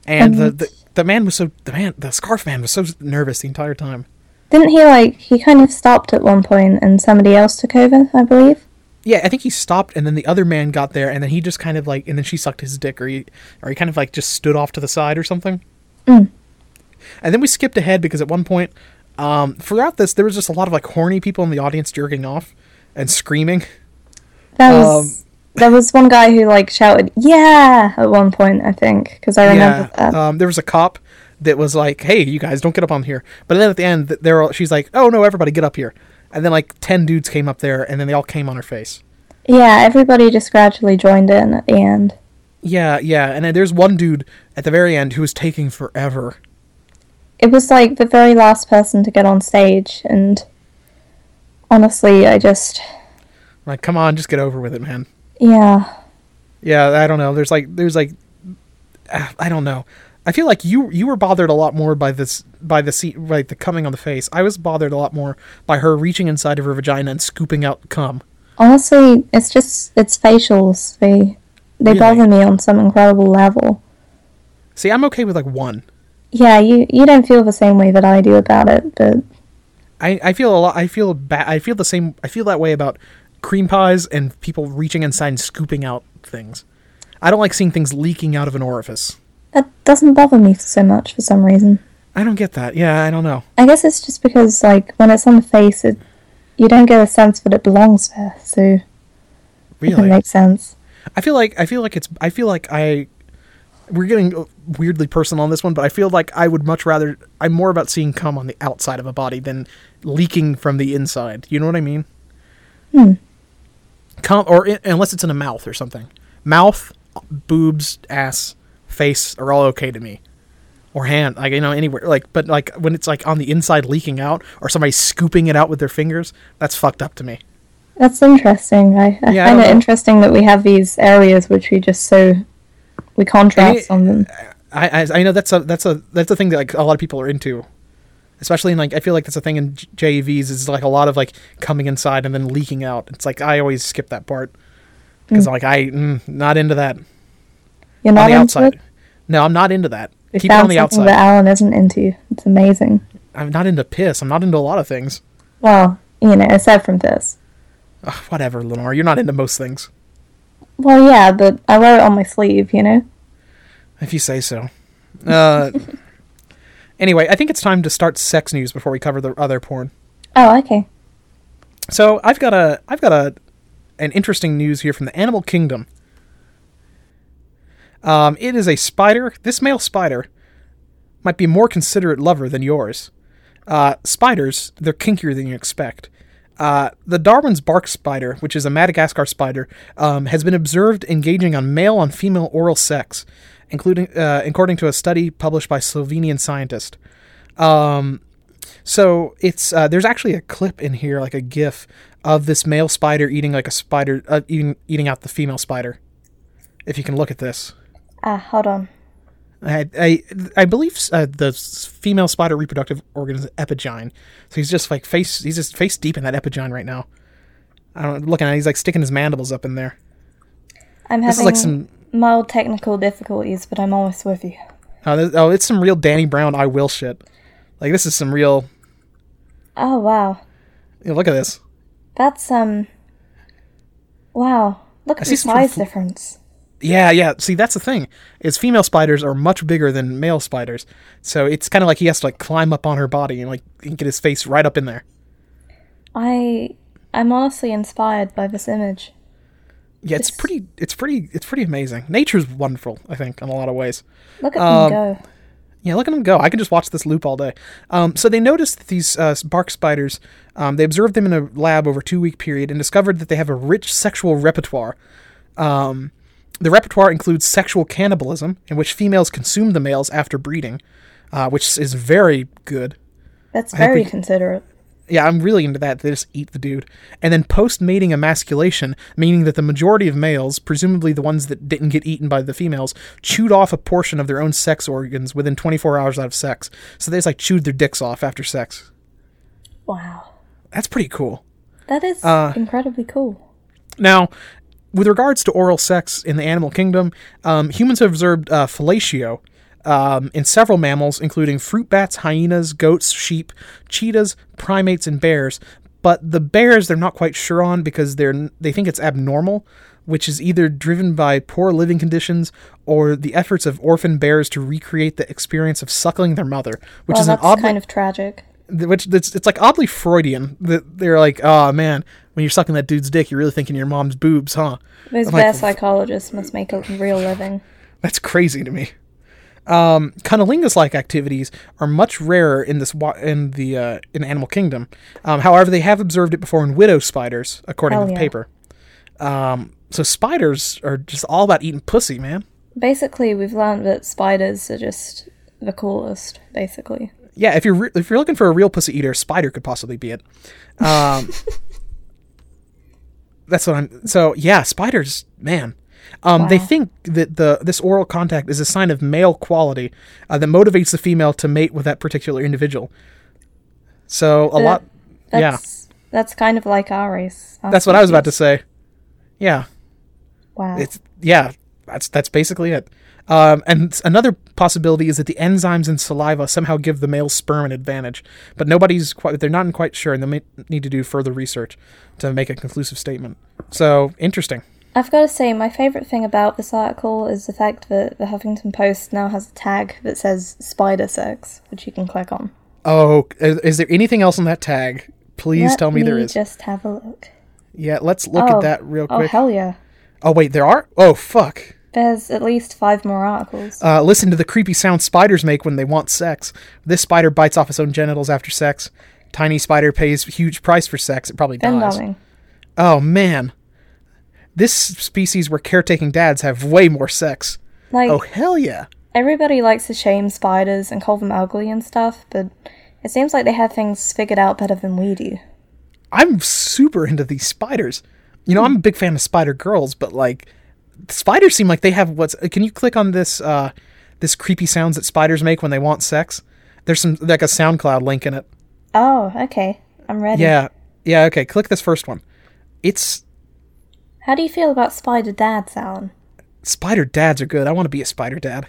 and the, the the man was so the man the scarf man was so nervous the entire time. Didn't he like he kind of stopped at one point and somebody else took over, I believe. Yeah, I think he stopped, and then the other man got there, and then he just kind of like, and then she sucked his dick, or he, or he kind of like just stood off to the side or something. Mm. And then we skipped ahead because at one point, um, throughout this, there was just a lot of like horny people in the audience jerking off and screaming. That was there was one guy who like shouted "Yeah" at one point, I think, because I remember that. Um, there was a cop that was like, "Hey, you guys, don't get up on here." But then at the end, th- they're all, she's like, "Oh no, everybody get up here!" And then like ten dudes came up there, and then they all came on her face. yeah, everybody just gradually joined in at the end. Yeah, yeah. And then there's one dude at the very end who was taking forever. It was like the very last person to get on stage, and honestly, I just Like, come on, just get over with it, man. yeah, Yeah, I don't know. There's like, there's like, ah, I don't know. I feel like you you were bothered a lot more by this by the seat by the coming on the face. I was bothered a lot more by her reaching inside of her vagina and scooping out cum. honestly, it's just it's facials. They they Really? bother me on some incredible level. See, I'm okay with like one. Yeah, you you don't feel the same way that I do about it, but I, I feel a lot. I feel bad. I feel the same. I feel that way about cream pies and people reaching inside and scooping out things. I don't like seeing things leaking out of an orifice. that doesn't bother me so much for some reason. I don't get that. Yeah, I don't know. I guess it's just because like when it's on the face, it you don't get a sense that it belongs there, so it Really, makes sense. I feel like I feel like it's I feel like I we're getting weirdly personal on this one, but I feel like I would much rather I'm more about seeing cum on the outside of a body than leaking from the inside. You know what I mean? Hmm. Cum or i unless it's in a mouth or something. Mouth, boobs, ass, face are all okay to me. Or hand, like you know, anywhere, like, but like when it's like on the inside leaking out, or somebody scooping it out with their fingers, that's fucked up to me. That's interesting. I, I Yeah, I find don't it know. interesting that we have these areas which we just so we Any- contrast on them. I, I I know that's a that's a that's a thing that like a lot of people are into, especially in like I feel like that's a thing in J- JEVs is like a lot of like coming inside and then leaking out. It's like I always skip that part because like I mm, not into that You're on not the into outside. it. No, I'm not into that. We Keep it found on the something outside. that Alan isn't into. It's amazing. I'm not into piss. I'm not into a lot of things. Well, you know, aside from this. Ugh, whatever, Lenore. You're not into most things Well, yeah, but I wear it on my sleeve. You know. if you say so. Uh, anyway, I think it's time to start sex news before we cover the other porn. Oh, okay. So I've got a I've got a an interesting news here from the animal kingdom. Um, it is a spider. This male spider might be a more considerate lover than yours. Uh, spiders, they're kinkier than you expect. Uh, the Darwin's bark spider, which is a Madagascar spider, um, has been observed engaging on male on female oral sex, including uh, according to a study published by Slovenian scientist. So it's uh, there's actually a clip in here, like a GIF of this male spider eating like a spider uh, eating eating out the female spider. If you can look at this, Ah, hold on. I I, I believe uh, the s- female spider reproductive organ is epigyne, so he's just like face he's just face deep in that epigyne right now. I don't looking at it, he's like sticking his mandibles up in there. I'm This is having like some mild technical difficulties, but I'm almost with you. oh, this, oh it's some real Danny Brown I will shit. Like this is some real Oh wow, you know, look at this. that's um. Wow, look at see the some sort of size fl- difference. Yeah, yeah. See, that's the thing is female spiders are much bigger than male spiders, so it's kind of like he has to like climb up on her body and like get his face right up in there. I I'm honestly inspired by this image. Yeah, it's It's- pretty, it's pretty, it's pretty amazing. Nature's wonderful, I think, in a lot of ways. Look at Um, them go. Yeah, look at them go. I can just watch this loop all day. Um, so they noticed that these uh, bark spiders. Um, they observed them in a lab over a two-week period and discovered that they have a rich sexual repertoire. Um, the repertoire includes sexual cannibalism, in which females consume the males after breeding, uh, which is very good. That's think very we- considerate. yeah, I'm really into that. They just eat the dude. And then post mating emasculation, meaning that the majority of males, presumably the ones that didn't get eaten by the females, chewed off a portion of their own sex organs within 24 hours out of sex. So they just like chewed their dicks off after sex. Wow. That's pretty cool. That is Uh, incredibly cool. Now, with regards to oral sex in the animal kingdom, um, humans have observed uh, fellatio um, in several mammals, including fruit bats, hyenas, goats, sheep, cheetahs, primates, and bears. But the bears, they're not quite sure on because they're they think it's abnormal, which is either driven by poor living conditions or the efforts of orphan bears to recreate the experience of suckling their mother, which Well, is an that's odd kind of tragic. th- which it's, it's like oddly Freudian. That they're like, oh man, when you're sucking that dude's dick, you're really thinking your mom's boobs, huh? Those I'm bear like, psychologists must make a real living. that's crazy to me. Um, Cunnilingus-like activities are much rarer in this wa- in the uh, in the animal kingdom. Um, however, they have observed it before in widow spiders, according Hell to the yeah. paper. Um, so spiders are just all about eating pussy, man. Basically, we've learned that spiders are just the coolest, basically. Yeah, if you're re- if you're looking for a real pussy eater, spider could possibly be it. Um, that's what I'm. So yeah, spiders, man. Um, They Wow. think that the this oral contact is a sign of male quality uh, that motivates the female to mate with that particular individual. So a Uh, lot. Yeah, That's, that's kind of like our race. our that's what I was about to species. say. Yeah, Wow. it's yeah. That's that's basically it. Um, and s- another possibility is that the enzymes in saliva somehow give the male sperm an advantage, but nobody's quite. They're not quite sure, and they may need to do further research to make a conclusive statement. So interesting. I've got to say, my favourite thing about this article is the fact that the Huffington Post now has a tag that says spider sex, which you can click on. Oh, is, is there anything else on that tag? Please Let tell me, there is. Just have a look. Yeah, let's look oh, at that real Oh, quick. hell yeah. Oh, wait, there are. Oh fuck. There's at least five more articles. Uh, listen to the creepy sound spiders make when they want sex. This spider bites off its own genitals after sex. Tiny spider pays huge price for sex. It probably Ben dies. darling. Oh man, this species where caretaking dads have way more sex. Like, Oh hell yeah. everybody likes to shame spiders and call them ugly and stuff, but it seems like they have things figured out better than we do. I'm super into these spiders. You know, I'm a big fan of spider girls, but like spiders seem like they have what's can you click on this uh this creepy sounds that spiders make when they want sex? There's some like a SoundCloud link in it. Oh, okay. I'm ready. Yeah. Yeah, okay, click this first one. It's How do you feel about spider dads, Alan? spider dads are good. I want to be a spider dad.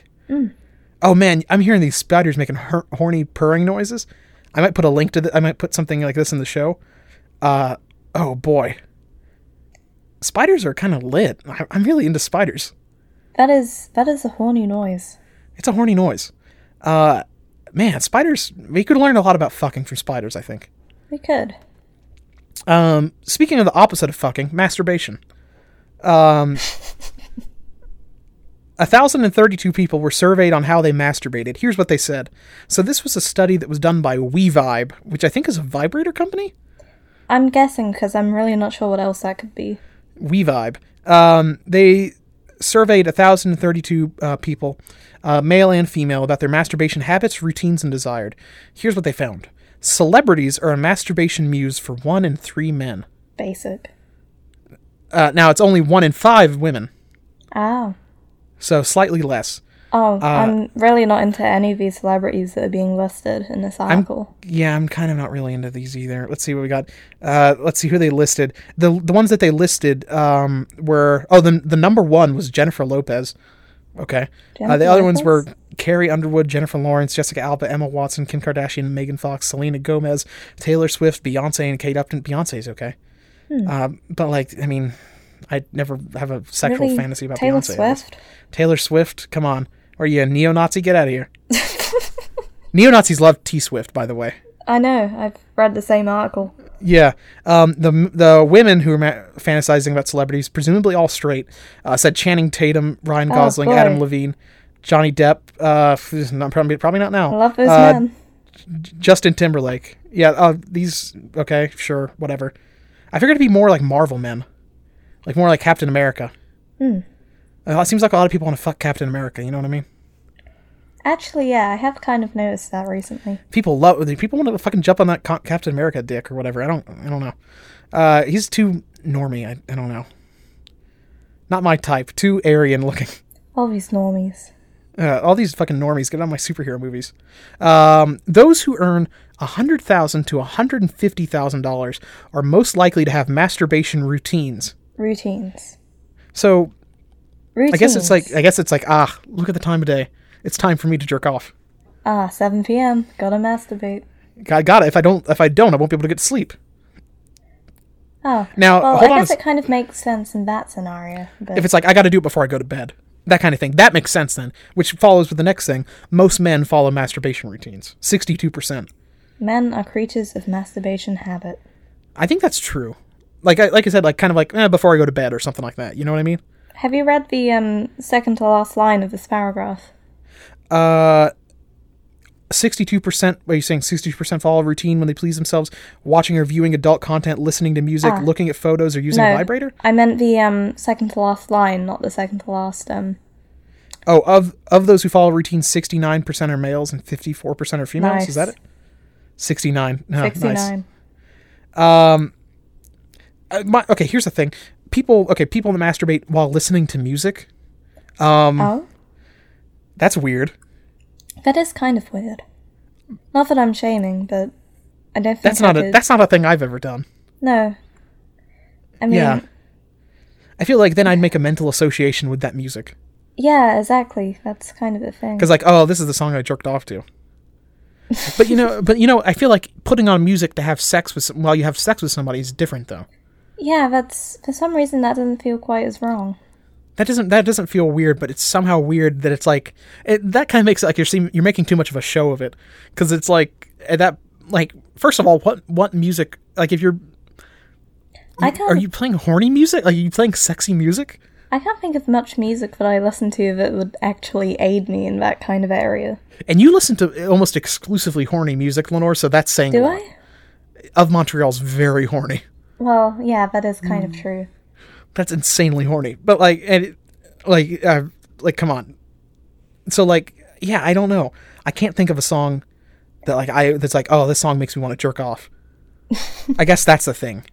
Oh man, I'm hearing these spiders making hor- horny purring noises. I might put a link to th- I might put something like this in the show. Uh oh boy. Spiders are kind of lit. I- I'm really into spiders. That is that is a horny noise. It's a horny noise. Uh, man, spiders. We could learn a lot about fucking from spiders. I think. We could. Um, speaking of the opposite of fucking, masturbation. Um, a thousand and thirty-two people were surveyed on how they masturbated. Here's what they said. So this was a study that was done by WeVibe, which I think is a vibrator company. I'm guessing because I'm really not sure what else that could be. WeVibe. Um, they surveyed 1,032 uh, people, uh, male and female, about their masturbation habits, routines, and desired. Here's what they found celebrities are a masturbation muse for one in three men. Basic. Uh, now, it's only one in five women, Ah. so slightly less. Oh, Uh, I'm really not into any of these celebrities that are being listed in this article. Yeah, I'm kind of not really into these either. Let's see what we got. Uh, let's see who they listed. The the ones that they listed um, were oh the the number one was Jennifer Lopez. Okay. uh, Jennifer the other ones were Lopez? Carrie Underwood, Jennifer Lawrence, Jessica Alba, Emma Watson, Kim Kardashian, Megan Fox, Selena Gomez, Taylor Swift, Beyonce, and Kate Upton. Beyonce's okay. Hmm. Um, but like, I mean, I never have a sexual really? fantasy about Taylor Beyonce. I guess. Swift? Taylor Swift, come on. Are you a neo Nazi? Get out of here. neo Nazis love T Swift, by the way. I know. I've read the same article. Yeah, um, the the women who were ma- fantasizing about celebrities, presumably all straight, uh, said Channing Tatum, Ryan Gosling, Oh, boy. Adam Levine, Johnny Depp. Uh, f- not probably probably not now. I love those uh, men. Justin Timberlake. Yeah, uh, these okay, sure, whatever. I figured it'd be more like Marvel men, like more like Captain Hmm. America. Uh, it seems like a lot of people want to fuck Captain America. You know what I mean? Actually, yeah, I have kind of noticed that recently. People love people want to fucking jump on that Co- Captain America dick or whatever. I don't I don't know. Uh, he's too normy. I, I don't know. Not my type. Too Aryan looking. All these normies. Uh, all these fucking normies get on my superhero movies. Um, those who earn hundred thousand to hundred and fifty thousand dollars are most likely to have masturbation routines. Routines. So Routines. I guess it's like I guess it's like ah, look at the time of day. It's time for me to jerk off. Ah, 7 p.m. Gotta masturbate. I got it. If I don't, if I don't, I won't be able to get sleep. Oh. Now, well, hold I on a guess s- it kind of makes sense in that scenario. But If it's like I got to do it before I go to bed, that kind of thing, that makes sense then. Which follows with the next thing: most men follow masturbation routines. Sixty-two percent. men are creatures of masturbation habit. I think that's true. Like I like I said, like kind of like eh, before I go to bed or something like that. You know what I mean? Have you read the um, second to last line of this paragraph? Uh. 62% are you saying 62% follow routine when they please themselves watching or viewing adult content listening to music looking at photos or using a vibrator I meant the um, second to last line, not the second to last. Um, Oh, of of those who follow routine, sixty nine percent are males and fifty four percent are females. Is Nice. that it? Sixty nine. 69. Uh, my, okay, here's the thing. People. Okay, people that masturbate while listening to music. Oh? That's weird. That is kind of weird. Not that I'm shaming, but I don't think That's I not a. could- That's not a thing I've ever done. No. I mean, Yeah. yeah. I feel like then I'd make a mental association with that music exactly. That's kind of the thing. because, like, oh, this is the song I jerked off to. but you know, but you know, I feel like putting on music to have sex with some, while you have sex with somebody is different, though. Yeah, that's for some reason that doesn't feel quite as wrong. that doesn't that doesn't feel weird, but it's somehow weird that it's like it, that kind of makes it like you're seem, you're making too much of a show of it because it's like at that like first of all what what music like if you're I can't. are you playing horny music like are you playing sexy music I can't think of much music that I listen to that would actually aid me in that kind of area. and you listen to uh, almost exclusively horny music, Lenore, so that's saying a Do lot. I? of Montreal's very horny. Well, yeah, that is kind Hmm. of true. that's insanely horny. But like, and it, like, uh, like, come on. So like, yeah, I don't know. I can't think of a song that like I that's like, oh, this song makes me want to jerk off. I guess that's the thing.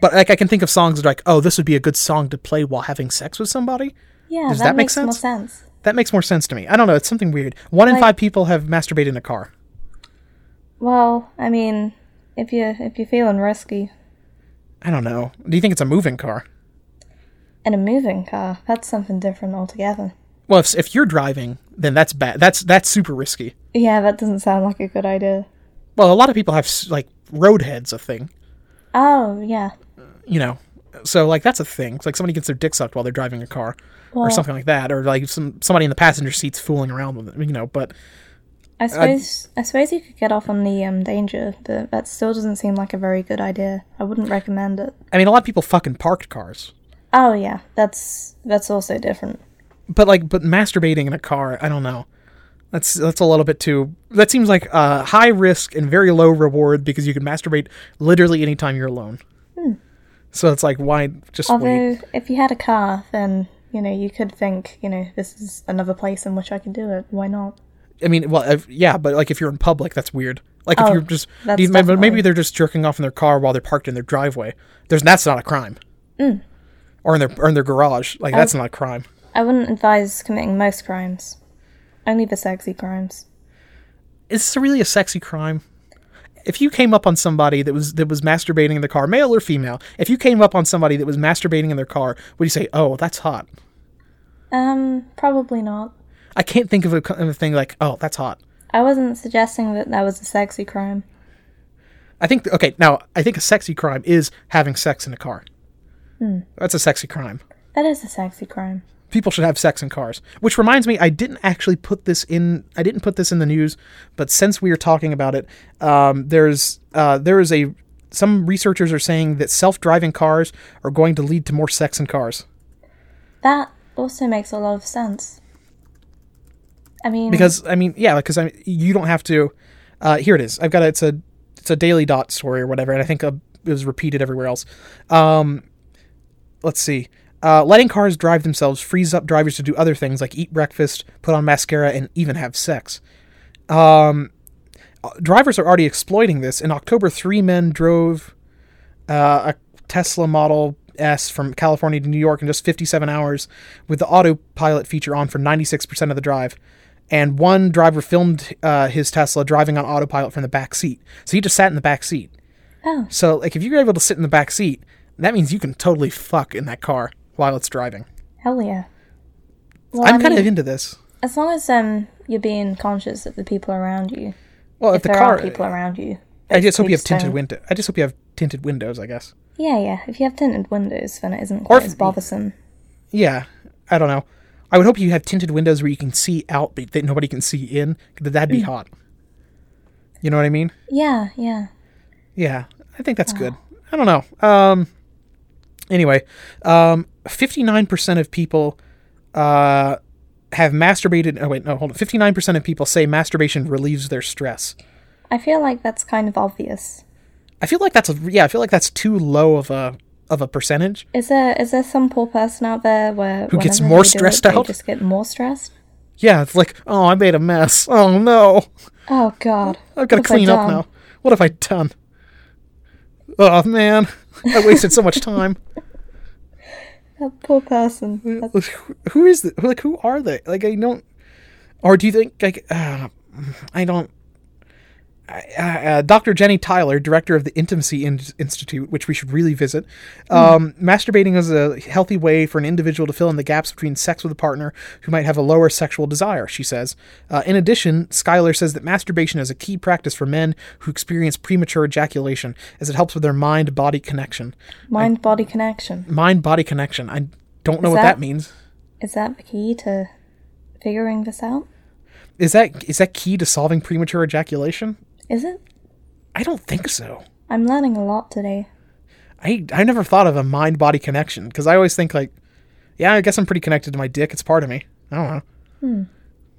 But like, I can think of songs that are like, oh, this would be a good song to play while having sex with somebody. Yeah, Does that, that make makes more sense. That makes more sense to me. I don't know. It's something weird. One in Like- five people have masturbated in a car. Well, I mean, if you if you're feeling risky I don't know. Do you think it's a moving car? in a moving car, that's something different altogether. Well, if, if you're driving, then that's bad. That's that's super risky. Yeah, that doesn't sound like a good idea. Well, a lot of people have s- like roadhead's a thing. Oh yeah, you know so like that's a thing It's like somebody gets their dick sucked while they're driving a car or something like that or like some somebody in the passenger seat's fooling around with it you know but I suppose I suppose you could get off on the um danger, but that still doesn't seem like a very good idea. I wouldn't recommend it. i mean a lot of people fucking parked cars Oh yeah, that's that's also different. but like but masturbating in a car i don't know that's that's a little bit too that seems like uh high risk and very low reward because you can masturbate literally anytime you're alone so it's like why just wait Although if you had a car, then you know you could think, you know, this is another place in which I could do it. Why not? i mean well if, yeah but like if you're in public that's weird like if Oh, you're just that's you- maybe, maybe definitely- they're just jerking off in their car while they're parked in their driveway there's that's not a crime Mm. or in their or in their garage like Oh. that's not a crime I wouldn't advise committing most crimes, only the sexy crimes. is this really a sexy crime if you came up on somebody that was that was masturbating in the car male or female if you came up on somebody that was masturbating in their car would you say oh that's hot Um, probably not. i can't think of a, co- of a thing like oh that's hot I wasn't suggesting that that was a sexy crime. i think okay now i think a sexy crime is having sex in a car Hmm. that's a sexy crime That is a sexy crime. people should have sex in cars. Which reminds me, I didn't actually put this in. I didn't put this in the news, but since we are talking about it, um, there's uh, there is a some researchers are saying that self-driving cars are going to lead to more sex in cars That also makes a lot of sense. I mean, because I mean, yeah, because I mean, you don't have to. Uh, here it is. I've got a, it's a it's a Daily Dot story or whatever, and I think uh it was repeated everywhere else. Um, let's see. Uh, letting cars drive themselves frees up drivers to do other things like eat breakfast, put on mascara, and even have sex. Um, uh, drivers are already exploiting this. In October, three men drove uh, a Tesla Model S from California to New York in just 57 hours with the autopilot feature on for 96% of the drive. And one driver filmed uh, his Tesla driving on autopilot from the back seat. So he just sat in the back seat. Oh. So, like, if you're able to sit in the back seat, that means you can totally fuck in that car while it's driving. Hell yeah. Well, I'm I kind mean, of into this. as long as um you're being conscious of the people around you. Well, if, If the there car, are people around you. I just hope you have basically, tinted so- window. I just hope you have tinted windows. I guess. Yeah, yeah. If you have tinted windows, then it isn't Or quite if- as bothersome. Yeah, I don't know. I would hope you have tinted windows where you can see out but that nobody can see in. That that'd be hot. You know what I mean? Yeah, yeah. Yeah, I think that's good. I don't know. Um, anyway, um, 59% of people uh, have masturbated. Oh, wait, no, hold on. 59% of people say masturbation relieves their stress. I feel like that's kind of obvious. I feel like that's a, yeah, I feel like that's too low of a of a percentage. Is there is there some poor person out there where who gets more stressed they out? Just get more stressed. Yeah, it's like, oh, I made a mess. Oh no, Oh God! I've got to What have I clean up done? now. What have I done? Oh man, I wasted so much time. That poor person. That's- who is the, like who are they like i don't or do you think like uh, i don't I- uh, uh, Dr. Jenny Tyler, director of the Intimacy In- Institute, which we should really visit, Hmm. um, masturbating is a healthy way for an individual to fill in the gaps between sex with a partner who might have a lower sexual desire, she says. Uh, in addition, Schuyler says that masturbation is a key practice for men who experience premature ejaculation, as it helps with their mind body connection. Mind body connection. Mind body connection. I don't know Is what that- that means. Is that the key to figuring this out? Is that is that key to solving premature ejaculation? Is it? I don't think so. I'm learning a lot today. I I never thought of a mind body connection because I always think like, yeah, I guess I'm pretty connected to my dick. It's part of me. I don't know. Hmm.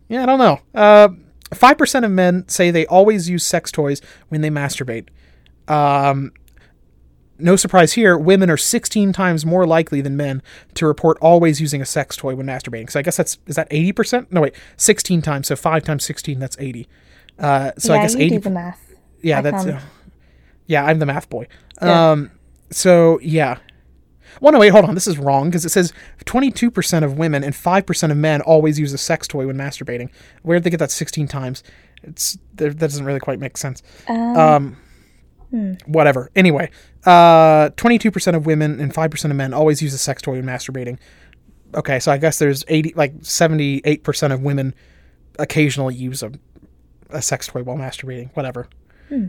Yeah, I don't know. Uh, Five percent of men say they always use sex toys when they masturbate. Um, no surprise here. Women are 16 times more likely than men to report always using a sex toy when masturbating. So I guess that's is that 80 percent? No, wait, 16 times. So five times 16, that's 80. Uh, so yeah, I guess you 80. do the math. Yeah, I that's can't. uh, yeah. I'm the math boy. Yeah. Um, so yeah. Well, no, wait, hold on. This is wrong because it says 22% of women and 5% of men always use a sex toy when masturbating. Where did they get that 16 times? It's that that doesn't really quite make sense. Um, Whatever. Anyway, uh, 22% of women and 5% of men always use a sex toy when masturbating. Okay, so I guess there's 80, like 78% of women occasionally use a, a sex toy while masturbating. Whatever.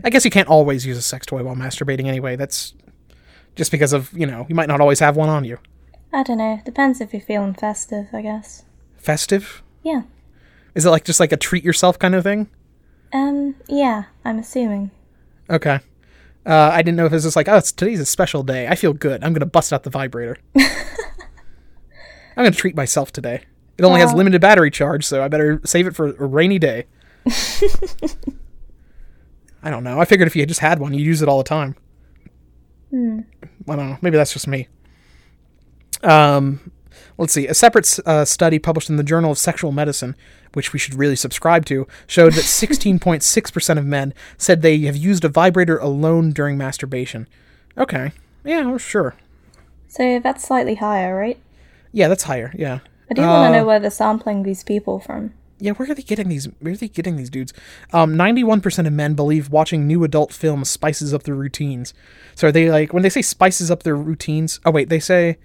I guess you can't always use a sex toy while masturbating anyway. That's just because of, you know, you might not always have one on you. I don't know. Depends if you're feeling festive, I guess. Festive? Yeah. Is it like just like a treat yourself kind of thing? Um. Yeah. I'm assuming. Okay. Uh, I didn't know if it was just like, oh, it's, today's a special day. I feel good. I'm going to bust out the vibrator. I'm going to treat myself today. It only has Wow. limited battery charge, so I better save it for a rainy day. I don't know. I figured if you just had one, you use it all the time. I don't know. Maybe that's just me. Um, let's see. A separate uh, study published in the Journal of Sexual Medicine, which we should really subscribe to, showed that 16.6% of men said they have used a vibrator alone during masturbation. Okay. Yeah, well, sure. So that's slightly higher, right? Yeah, that's higher. Yeah. I do want Uh, to know where they're sampling these people from. Yeah, where are they getting these? Where are they getting these dudes? Um, Ninety-one percent of men believe watching new adult films spices up their routines. So are they like when they say spices up their routines? Oh wait, they say,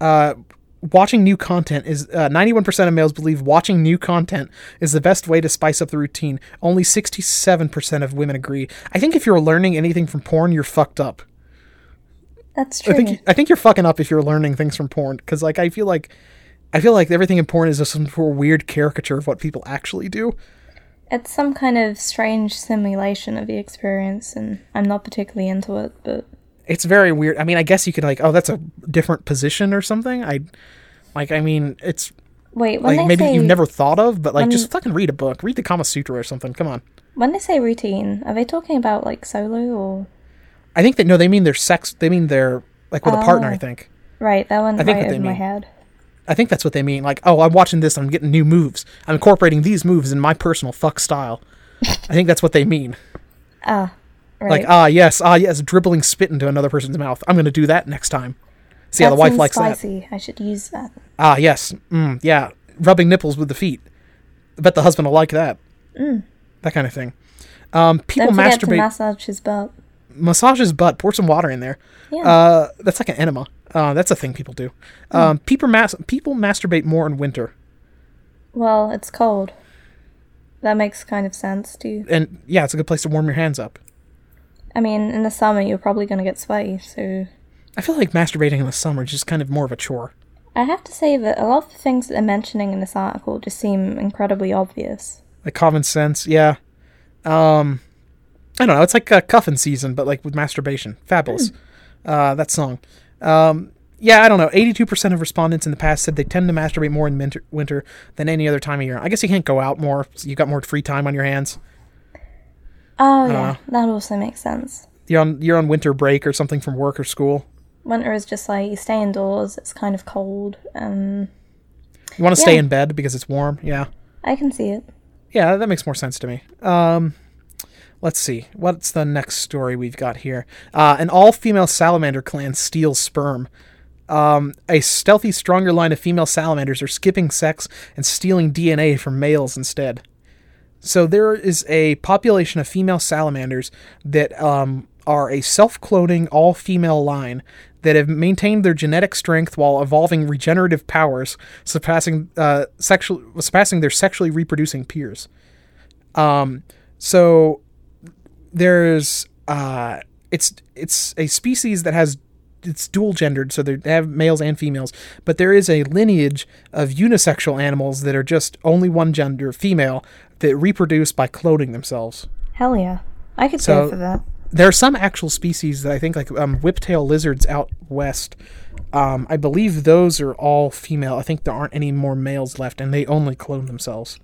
uh, watching new content is uh, ninety-one percent of males believe watching new content is the best way to spice up the routine. Only sixty-seven percent of women agree. I think if you're learning anything from porn, you're fucked up. That's I true. think I think you're fucking up if you're learning things from porn because like I feel like. I feel like everything in porn is just some sort of weird caricature of what people actually do. It's some kind of strange simulation of the experience, and I'm not particularly into it, but it's very weird. I mean, I guess you could like, oh, that's a different position or something. I like, I mean, it's wait, like when they maybe say you never thought of, but like, just fucking read a book, read the Kama Sutra or something. Come on. when they say routine, are they talking about like solo or Oh. I think that no, they mean their sex. They mean their like with a partner. I think Right, that one I think right what they in my mean. head. I think that's what they mean. Like, oh, I'm watching this, I'm getting new moves. I'm incorporating these moves in my personal fuck style. I think that's what they mean. Right. Like, ah, yes, ah, yes, dribbling spit into another person's mouth. I'm going to do that next time. See how That the wife seems likes that. spicy. I should use that. Ah, yes. Mm, yeah. Rubbing nipples with the feet. I bet the husband will like that. That kind of thing. Um, people Don't Mm. forget to masturbate. massage his butt. massage his butt, pour some water in there. Yeah. Uh, that's like an enema. Uh, that's a thing people do. Hmm. Um, people, mas- people masturbate more in winter. Well, it's cold. That makes kind of sense to you. And yeah, it's a good place to warm your hands up. I mean, in the summer you're probably gonna get sweaty, so I feel like masturbating in the summer is just kind of more of a chore. I have to say that a lot of the things that they're mentioning in this article just seem incredibly obvious. Like common sense, yeah. Um, I don't know. It's like uh, cuffing season, but like with masturbation. Fabulous. Uh, that song. Um, yeah, I don't know. 82% of respondents in the past said they tend to masturbate more in winter, winter than any other time of year. I guess you can't go out more. So you've got more free time on your hands. Oh yeah, that also makes sense. You're on you're on winter break or something from work or school. Winter is just like you stay indoors, it's kind of cold, um You want to stay Yeah. in bed because it's warm. Yeah. I can see it. Yeah, that makes more sense to me. Um, let's see. What's the next story we've got here? Uh, an all female salamander clan steals sperm. Um, a stealthy, stronger line of female salamanders are skipping sex and stealing DNA from males instead. So there is a population of female salamanders that um, are a self-cloning all-female line that have maintained their genetic strength while evolving regenerative powers, surpassing uh, sexual surpassing their sexually reproducing peers. Um, so there's uh, it's it's a species that has it's dual gendered, so they have males and females, but there is a lineage of unisexual animals that are just only one gender, female, that reproduce by cloning themselves. Hell yeah. I could So- go for that. There are some actual species that I think, like um, whiptail lizards out west. Um, I believe those are all female. I think there aren't any more males left, and they only clone themselves.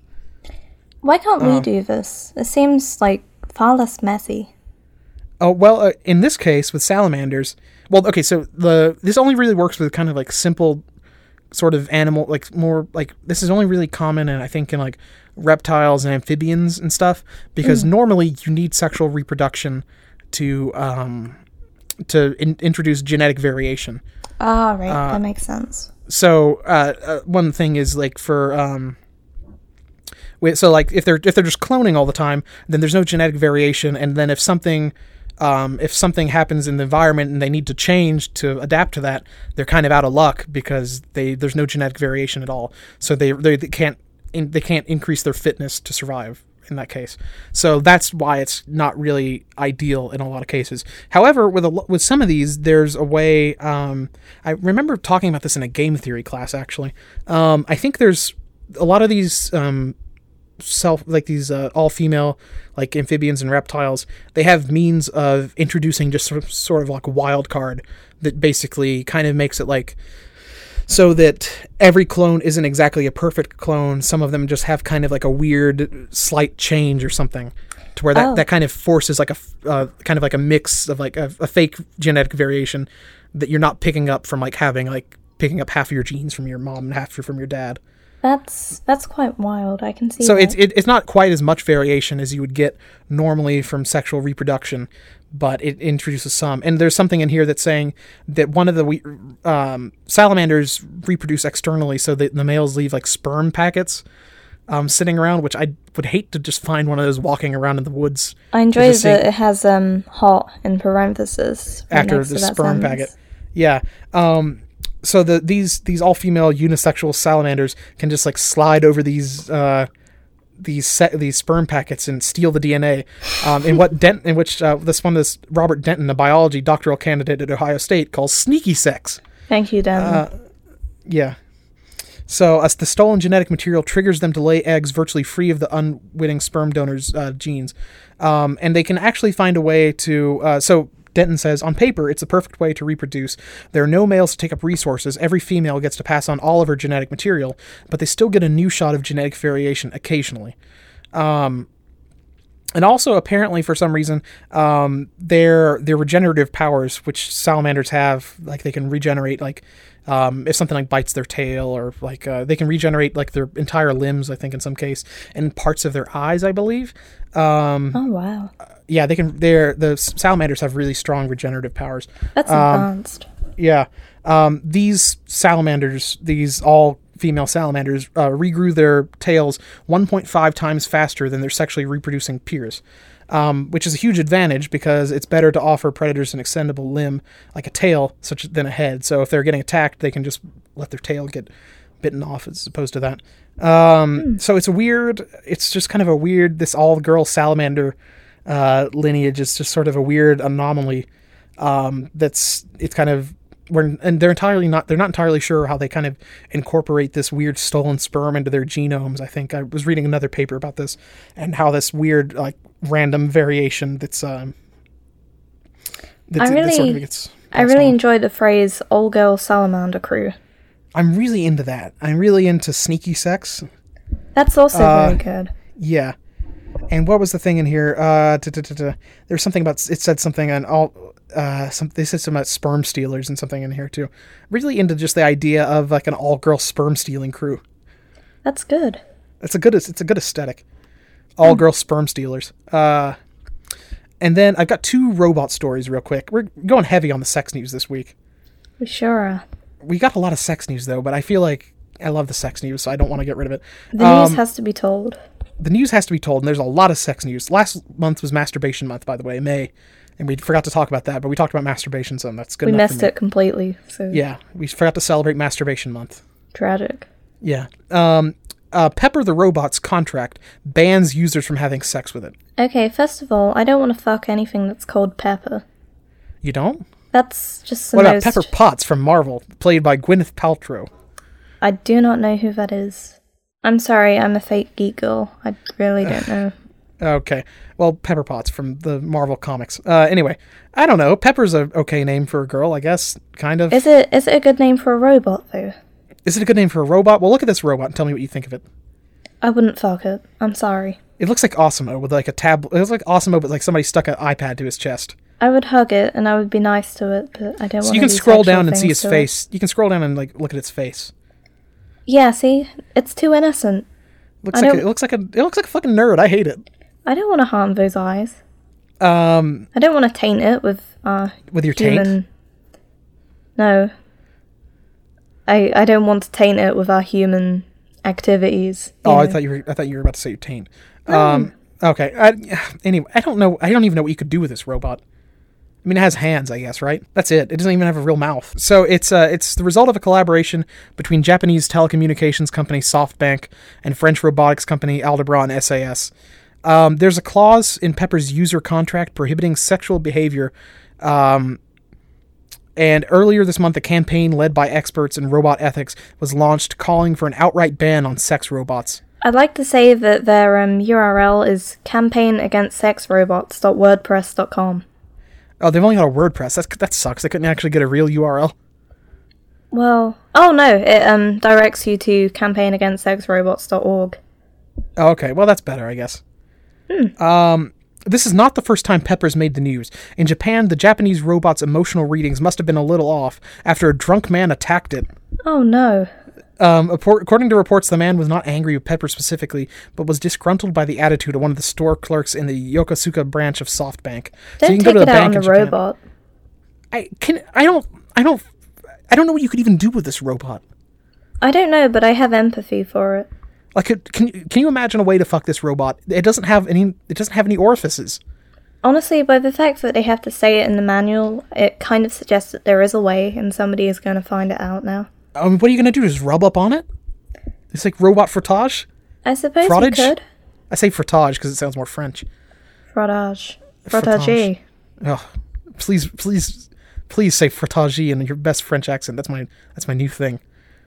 Why can't uh, we do this? It seems like far less messy. Oh well, uh, in this case with salamanders, well, okay, so the this only really works with kind of like simple sort of animal, like more like this is only really common, and I think in like reptiles and amphibians and stuff, because normally you need sexual reproduction to um, to in- introduce genetic variation. Ah, right, Uh, that makes sense. So uh, uh, one thing is like for um, wi- so like if they're if they're just cloning all the time, then there's no genetic variation, and then if something um, if something happens in the environment and they need to change to adapt to that, they're kind of out of luck because they there's no genetic variation at all, so they they, they can't in, they can't increase their fitness to survive in that case. So that's why it's not really ideal in a lot of cases. However, with a lo- with some of these, there's a way. Um, I remember talking about this in a game theory class actually. Um, I think there's a lot of these um, self like these uh, all female like amphibians and reptiles they have means of introducing just sort of, sort of like a wild card that basically kind of makes it like so that every clone isn't exactly a perfect clone some of them just have kind of like a weird slight change or something to where that, Oh. that kind of forces like a f- uh, kind of like a mix of like a, a fake genetic variation that you're not picking up from like having like picking up half of your genes from your mom and half from your dad That's that's quite wild. I can see. so that. it's it, it's not quite as much variation as you would get normally from sexual reproduction, but it introduces some. And there's something in here that's saying that one of the we- um, salamanders reproduce externally, so that the males leave like sperm packets um, sitting around, which I would hate to just find one of those walking around in the woods I enjoy just that saying- it has um hot in parentheses right after next to the that sperm sentence. packet. Yeah. Um, so the these these all female unisexual salamanders can just like slide over these uh, these set these sperm packets and steal the DNA. Um, in what Dent in which uh, this one is Robert Denton, a biology doctoral candidate at Ohio State, calls sneaky sex. Thank you, Dan. Uh, Yeah. So, as the stolen genetic material triggers them to lay eggs virtually free of the unwitting sperm donor's uh, genes. Um, and they can actually find a way to. Uh, so, Denton says, on paper, it's the perfect way to reproduce. There are no males to take up resources. Every female gets to pass on all of her genetic material, but they still get a new shot of genetic variation occasionally. And also, apparently, for some reason, um, their their regenerative powers, which salamanders have, like they can regenerate, like um, if something like bites their tail, or like uh, they can regenerate like their entire limbs, I think in some case, and parts of their eyes, I believe. Um, Oh wow, yeah, they can. They're the salamanders have really strong regenerative powers. that's um, advanced. Yeah. Um, these salamanders, these all female salamanders, uh, regrew their tails 1.5 times faster than their sexually reproducing peers, um, which is a huge advantage because it's better to offer predators an extendable limb like a tail such than a head. So if they're getting attacked, they can just let their tail get bitten off as opposed to that. Um, So it's a weird. It's just kind of a weird. This all girl salamander uh, lineage is just sort of a weird anomaly. Um, that's it's kind of we're, and they're entirely not they're not entirely sure how they kind of incorporate this weird stolen sperm into their genomes. I think I was reading another paper about this and how this weird like random variation that's um that's, I that sort of really- gets I passed really on. enjoyed the phrase "all girl salamander crew." I'm really into that. I'm really into sneaky sex. That's also Uh, very good. Yeah. And what was the thing in here? Uh, duh, duh, duh, duh. There's something about it said something on all. Uh, some they said something about sperm stealers and something in here too. Really into just the idea of like an all-girl sperm stealing crew. That's good. It's a good it's a good aesthetic. All girl sperm stealers. Uh, and then I've got two robot stories real quick. We're going heavy on the sex news this week. We sure are. We got a lot of sex news though, but I feel like I love the sex news, so I don't want to get rid of it. The Um, news has to be told. the news has to be told, and there's a lot of sex news. Last month was masturbation month, by the way, May, and we forgot to talk about that, but we talked about masturbation, so that's good. We enough for missed me. it completely. So Yeah, we forgot to celebrate masturbation month. tragic. Yeah. Um, uh, Pepper the Robot's contract bans users from having sex with it. Okay, first of all, I don't want to fuck anything that's called Pepper. You don't? That's just the What about most. Pepper Potts from Marvel, played by Gwyneth Paltrow? I do not know who that is. I'm sorry, I'm a fake geek girl. I really don't know. Okay. Well, Pepper Potts from the Marvel comics. Uh, anyway, I don't know. Pepper's a okay name for a girl, I guess. Kind of. Is it is it a good name for a robot though? Is it a good name for a robot? Well, look at this robot and tell me what you think of it. I wouldn't fuck it. I'm sorry. It looks like Osimo with like a tab. It looks like Osimo, but like somebody stuck an iPad to his chest. I would hug it and I would be nice to it, but I don't. So want you to can do scroll sexual down and see things his to it. face. You can scroll down and like look at its face. Yeah, see, it's too innocent. Looks I like don't- it looks like a it looks like a fucking nerd. I hate it. I don't want to harm those eyes. Um, I don't want to taint it with uh with your taint. human. No. I I don't want to taint it with our human activities. you Oh, I know. thought you were I thought you were about to say your taint. Um, okay. I, anyway, I don't know. I don't even know what you could do with this robot. I mean, it has hands, I guess, right? That's it. It doesn't even have a real mouth. So it's uh, it's the result of a collaboration between Japanese telecommunications company SoftBank and French robotics company Aldebron SAS. Um, there's a clause in Pepper's user contract prohibiting sexual behavior. Um, and earlier this month, a campaign led by experts in robot ethics was launched calling for an outright ban on sex robots. I'd like to say that their um, URL is campaignagainstsexrobots.wordpress.com. Oh, they've only got a WordPress. That's, that sucks. They couldn't actually get a real URL. Well, oh no, it um directs you to campaignagainstsexrobots.org. Oh, okay, well that's better, I guess. Hmm. Um, this is not the first time Pepper's made the news. In Japan, the Japanese robot's emotional readings must have been a little off after a drunk man attacked it. Oh no. Um, appor- according to reports, the man was not angry with Pepper specifically, but was disgruntled by the attitude of one of the store clerks in the Yokosuka branch of SoftBank. So Don't you can go to take the it out bank on the in Japan. robot. I can. I don't. I don't. I don't know what you could even do with this robot. I don't know, but I have empathy for it. Like, could- can you- can you imagine a way to fuck this robot? It doesn't have any. It doesn't have any orifices. Honestly, by the fact that they have to say it in the manual, it kind of suggests that there is a way and somebody is going to find it out now. I mean, what are you gonna do? Just rub up on it? It's like robot frottage. I suppose Frottage? you could. I say frottage because it sounds more French. Frottage. Frottage. Frottage. Ugh. Please, please, please say frottage in your best French accent. That's my that's my new thing.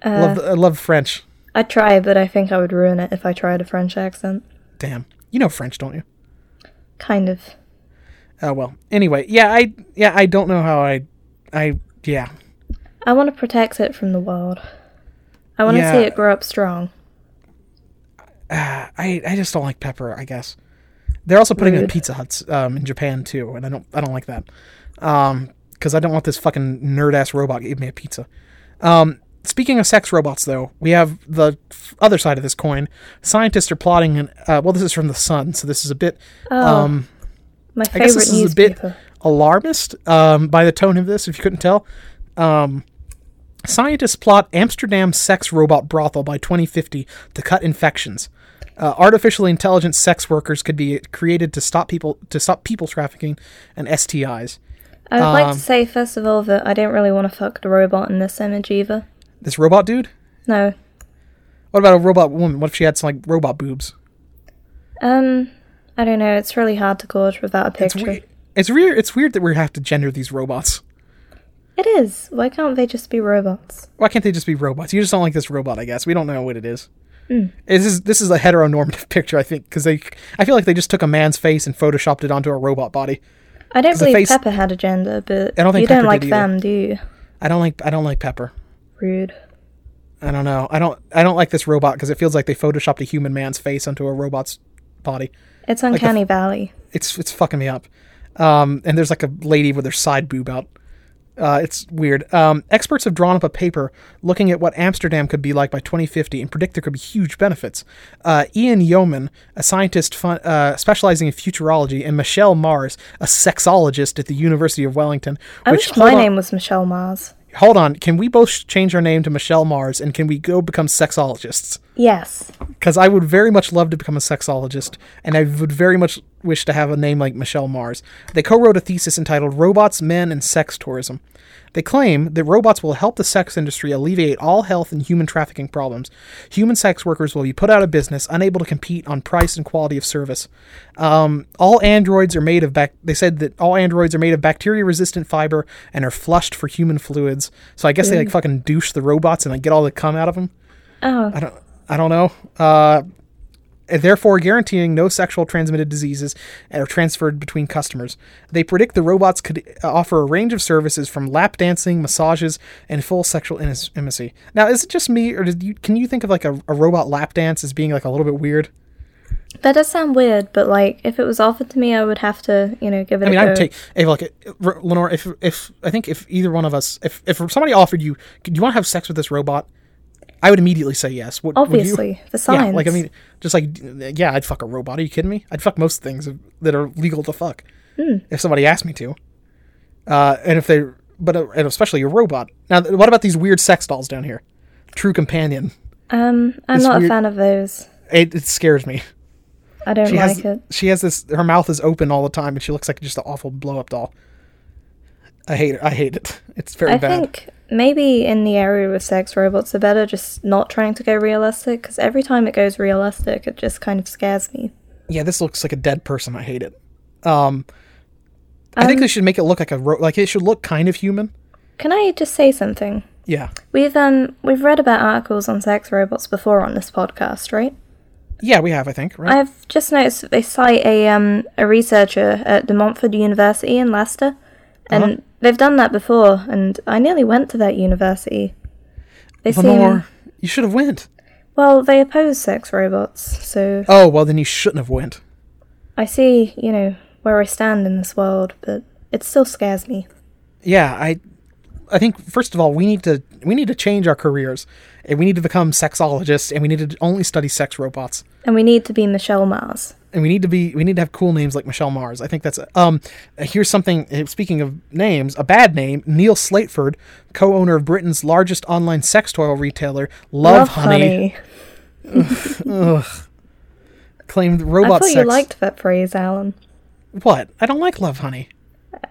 I love I love French. I'd try, but I think I would ruin it if I tried a French accent. Damn, you know French, don't you? Kind of. Oh well. Anyway, yeah, I yeah I don't know how I I yeah I want to protect it from the world. I want Yeah. to see it grow up strong. I I just don't like pepper. I guess They're also putting in Pizza Huts um, in Japan too, and I don't I don't like that because I don't want this fucking nerd ass robot to give me a pizza. Um, speaking of sex robots, though, we have the f- other side of this coin. Scientists are plotting an uh, well. This is from the Sun, so this is a bit um, My I favorite guess this is a bit newspaper. alarmist um, by the tone of this, if you couldn't tell. Um, scientists plot Amsterdam sex robot brothel by 2050 to cut infections. Uh, artificially intelligent sex workers could be created to stop people to stop people trafficking and STIs. I would um, like to say first of all that I don't really want to fuck the robot in this image either. This robot dude. No. What about a robot woman? What if she had some like robot boobs? Um, I don't know. It's really hard to gorge without a It's picture. weird. It's weird. It's weird that we have to gender these robots. It is. Why can't they just be robots? Why can't they just be robots? You just don't like this robot, I guess. We don't know what it is. This is this is a heteronormative picture, I think, because they. I feel like they just took a man's face and photoshopped it onto a robot body. I don't the believe face- Pepper had a gender, but I don't think you Pepper don't like did either. them, do you? I don't like. I don't like Pepper. Rude. I don't know. I don't. I don't like this robot because it feels like they photoshopped a human man's face onto a robot's body. It's Uncanny Valley. It's it's fucking me up. Um, and there's like a lady with her side boob out. Uh, it's weird. Um, experts have drawn up a paper looking at what Amsterdam could be like by 2050 and predict there could be huge benefits. Uh, Ian Yeoman, a scientist fun, uh, specializing in futurology, and Michelle Mars, a sexologist at the University of Wellington. I wish hold Oh, my on- name was Michelle Mars. Hold on. Can we both sh- change our name to Michelle Mars and can we go become sexologists? Yes. because I would very much love to become a sexologist, and I would very much wish to have a name like Michelle Mars. They co wrote a thesis entitled Robots, Men, and Sex Tourism. They claim that robots will help the sex industry alleviate all health and human trafficking problems. Human sex workers will be put out of business, unable to compete on price and quality of service. Um, all androids are made of bac- they said that all androids are made of bacteria resistant fiber and are flushed for human fluids. So I guess they like fucking douche the robots and like get all the cum out of them. Oh, I don't, I don't know. Uh, and therefore, guaranteeing no sexual transmitted diseases are transferred between customers. They predict the robots could uh, offer a range of services from lap dancing, massages, and full sexual intimacy. Now, is it just me, or did you, can you think of like a, a robot lap dance as being like a little bit weird? that does sound weird, but like if it was offered to me, I would have to, you know, give it I mean, a I go. would take if like uh, R- Lenore. If if I think if either one of us, if if somebody offered you, do you want to have sex with this robot? I would immediately say yes. Would, would you? Obviously, the signs. Yeah, like I mean, just like yeah, I'd fuck a robot. Are you kidding me? I'd fuck most things that are legal to fuck Hmm. if somebody asked me to. Uh, and if they, but uh, and especially a robot. Now, th- what about these weird sex dolls down here? True companion. um, I'm it's not weird- a fan of those. It, it scares me. I don't She like has it. she has this. Her mouth is open all the time, and she looks like just an awful blow up doll. I hate it. I hate it. It's very I bad. think maybe in the area with sex robots are better just not trying to go realistic because every time it goes realistic, it just kind of scares me. yeah, this looks like a dead person. I hate it. Um, I Um, think they should make it look like a ro- like it should look kind of human. Can I just say something? Yeah. We've um we've read about articles on sex robots before on this podcast, right? Yeah, we have, I think, right? I've just noticed that they cite a um a researcher at De Montfort University in Leicester, Uh-huh. and they've done that before, and I nearly went to that university. They seem Lenore, you should have went. well, they oppose sex robots, so Oh, well, then you shouldn't have went. I see, you know, where I stand in this world, but it still scares me. Yeah, I I think first of all, we need to we need to change our careers. And we need to become sexologists and we need to only study sex robots. And we need to be Michelle Mars. And we need to be we need to have cool names like Michelle Mars. I think that's um here's something eh, speaking of names, a bad name, Neil Slateford, co-owner of Britain's largest online sex toy retailer, Love, Honey, claimed I robot thought sex. you liked that phrase, Alan. what? I don't like Love Honey.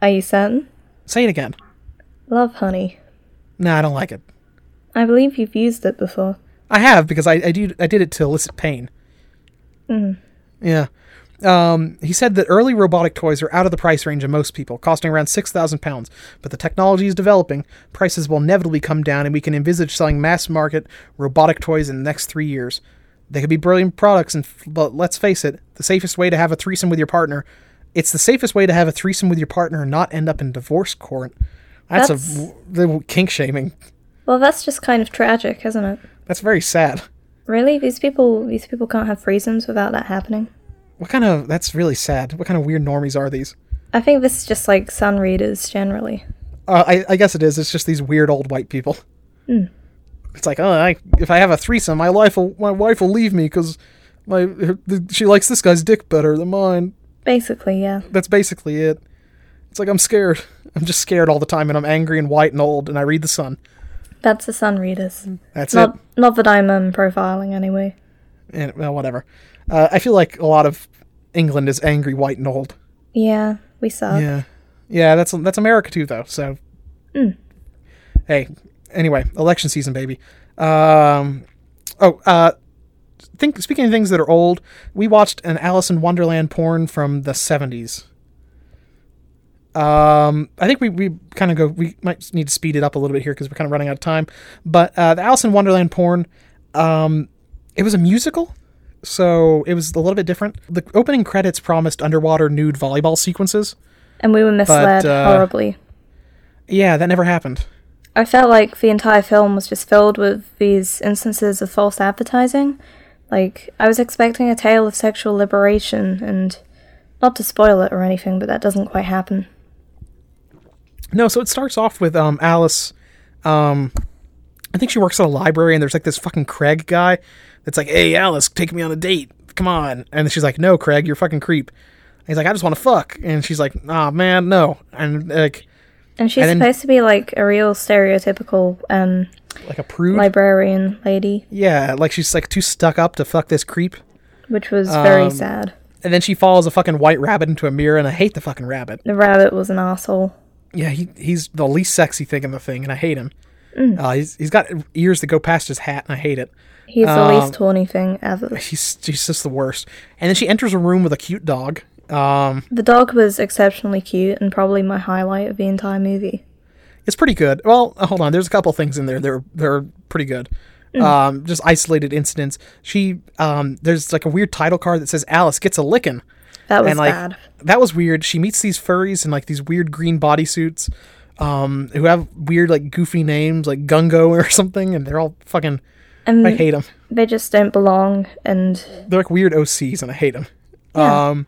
Are you certain? Say it again. Love Honey. No, I don't like it. I believe you've used it before. I have because I I, do, I did it to elicit pain. Yeah. Um, he said that early robotic toys are out of the price range of most people, costing around six thousand pounds. But the technology is developing; prices will inevitably come down, and we can envisage selling mass-market robotic toys in the next three years. They could be brilliant products, and f- but let's face it, the safest way to have a threesome with your partner. It's the safest way to have a threesome with your partner and not end up in divorce court. That's, That's- a the kink shaming. Well, that's just kind of tragic, isn't it? That's very sad. Really, these people, these people can't have threesomes without that happening. What kind of that's really sad. What kind of weird normies are these? I think this is just like sun readers generally. Uh, I, I guess it is. It's just these weird old white people. It's like, oh, I, if I have a threesome, my life will my wife will leave me because my her, the, she likes this guy's dick better than mine. Basically, yeah. That's basically it. It's like I'm scared. I'm just scared all the time, and I'm angry and white and old, and I read the sun. That's the sun readers. That's it. Not not that I'm um, profiling anyway. And well, whatever. Uh, I feel like a lot of England is angry, white and old. Yeah, we suck. Yeah, yeah. That's that's America too, though. So, hey. Anyway, election season, baby. Um, oh, uh, think. Speaking of things that are old, we watched an Alice in Wonderland porn from the seventies. Um, I think we, we kind of go. We might need to speed it up a little bit here because we're kind of running out of time. But uh, the Alice in Wonderland porn, um, it was a musical, so it was a little bit different. The opening credits promised underwater nude volleyball sequences. And we were misled uh, horribly. Yeah, that never happened. I felt like the entire film was just filled with these instances of false advertising. Like, I was expecting a tale of sexual liberation, and not to spoil it or anything, but that doesn't quite happen. No, so it starts off with um, Alice. Um, I think she works at a library, and there's like this fucking Craig guy that's like, "Hey, Alice, take me on a date. Come on." And she's like, "No, Craig, you're a fucking creep." And he's like, "I just want to fuck," and she's like, "Ah, man, no." And like, And she's And then- supposed to be like a real stereotypical um, like a prude. librarian lady, yeah, like she's like too stuck up to fuck this creep. which was very Um, sad. And then she follows a fucking white rabbit into a mirror, and I hate the fucking rabbit. The rabbit was an asshole. Yeah, he, he's the least sexy thing in the thing, and I hate him. Uh, he's, he's got ears that go past his hat, and I hate it. He's the Um, least horny thing ever. He's, he's just the worst. And then she enters a room with a cute dog. Um, The dog was exceptionally cute and probably my highlight of the entire movie. it's pretty good. Well, uh, hold on. There's a couple things in there. They're they're pretty good. Um, just isolated incidents. She um, there's like a weird title card that says Alice gets a lickin'. That was and like bad. that was weird. She meets these furries in like these weird green bodysuits, um, who have weird like goofy names like Gungo or something, and they're all fucking. And I hate them. they just don't belong and They're like weird OCs, and I hate them. Um,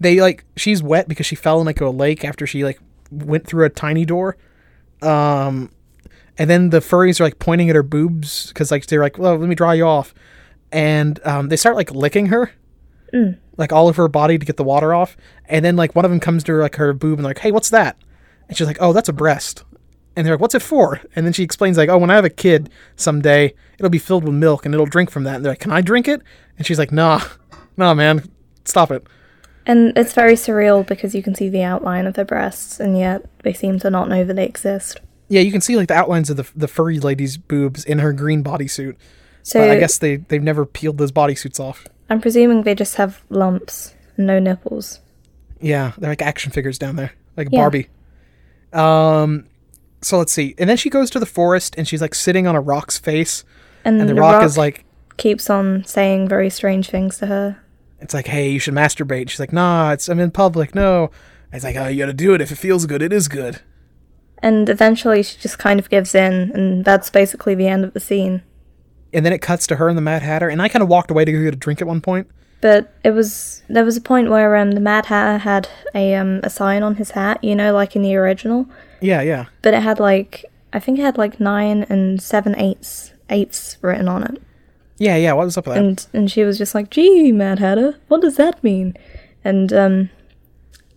they like she's wet because she fell in like a lake after she like went through a tiny door. Um, and then the furries are like pointing at her boobs because like they're like, "Well, let me dry you off," and um, they start like licking her, like all of her body to get the water off. And then like one of them comes to her like her boob and like, "Hey, what's that?" And she's like, "Oh, that's a breast." And they're like, "What's it for?" And then she explains like, "Oh, when I have a kid someday, it'll be filled with milk and it'll drink from that." And they're like, "Can I drink it?" And she's like, "Nah, nah, man, stop it." and it's very surreal because you can see the outline of their breasts and yet they seem to not know that they exist. Yeah, you can see like the outlines of the the furry lady's boobs in her green bodysuit. So But I guess they they've never peeled those bodysuits off. I'm presuming they just have lumps, no nipples. Yeah, they're like action figures down there, like Yeah. Barbie. Um, so let's see. And then she goes to the forest and she's like sitting on a rock's face, And, and the rock, is like, keeps on saying very strange things to her. it's like, hey, you should masturbate. She's like, nah, it's I'm in public, no. And it's like, oh, you gotta do it if it feels good. It is good. And eventually she just kind of gives in and that's basically the end of the scene. And then it cuts to her and the Mad Hatter, and I kind of walked away to go get a drink at one point. But it was there was a point where um, the Mad Hatter had a um, a sign on his hat, you know, like in the original. Yeah, yeah. But it had like I think it had like nine and seven eighths eighths written on it. Yeah, yeah, what was up with that? And and she was just like, "Gee, Mad Hatter, what does that mean?" And um,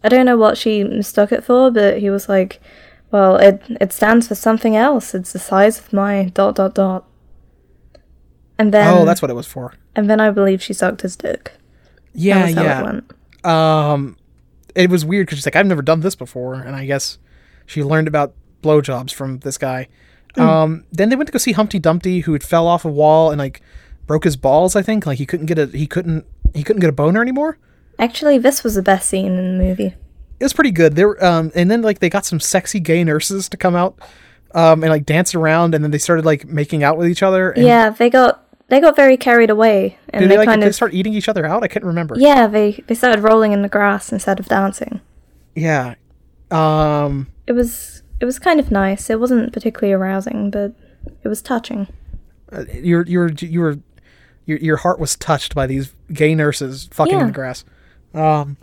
I don't know what she mistook it for, but he was like, "Well, it it stands for something else. It's the size of my dot dot dot." And then oh, that's what it was for. and then I believe she sucked his dick. That Yeah, was how yeah. it went. um, it was weird because she's like, I've never done this before, and I guess she learned about blowjobs from this guy. Um, then they went to go see Humpty Dumpty, who had fell off a wall and like broke his balls. I think like he couldn't get a he couldn't he couldn't get a boner anymore. Actually, this was the best scene in the movie. It was pretty good. They were, um, and then like they got some sexy gay nurses to come out, um, and like dance around, and then they started like making out with each other. And Yeah, they got they got very carried away, and Did they, they, like kind did they of start eating each other out? I can't remember. yeah they they started rolling in the grass instead of dancing. Yeah. Um. It was it was kind of nice. It wasn't particularly arousing, but it was touching. your your your your your heart was touched by these gay nurses fucking in Yeah. the grass. Um,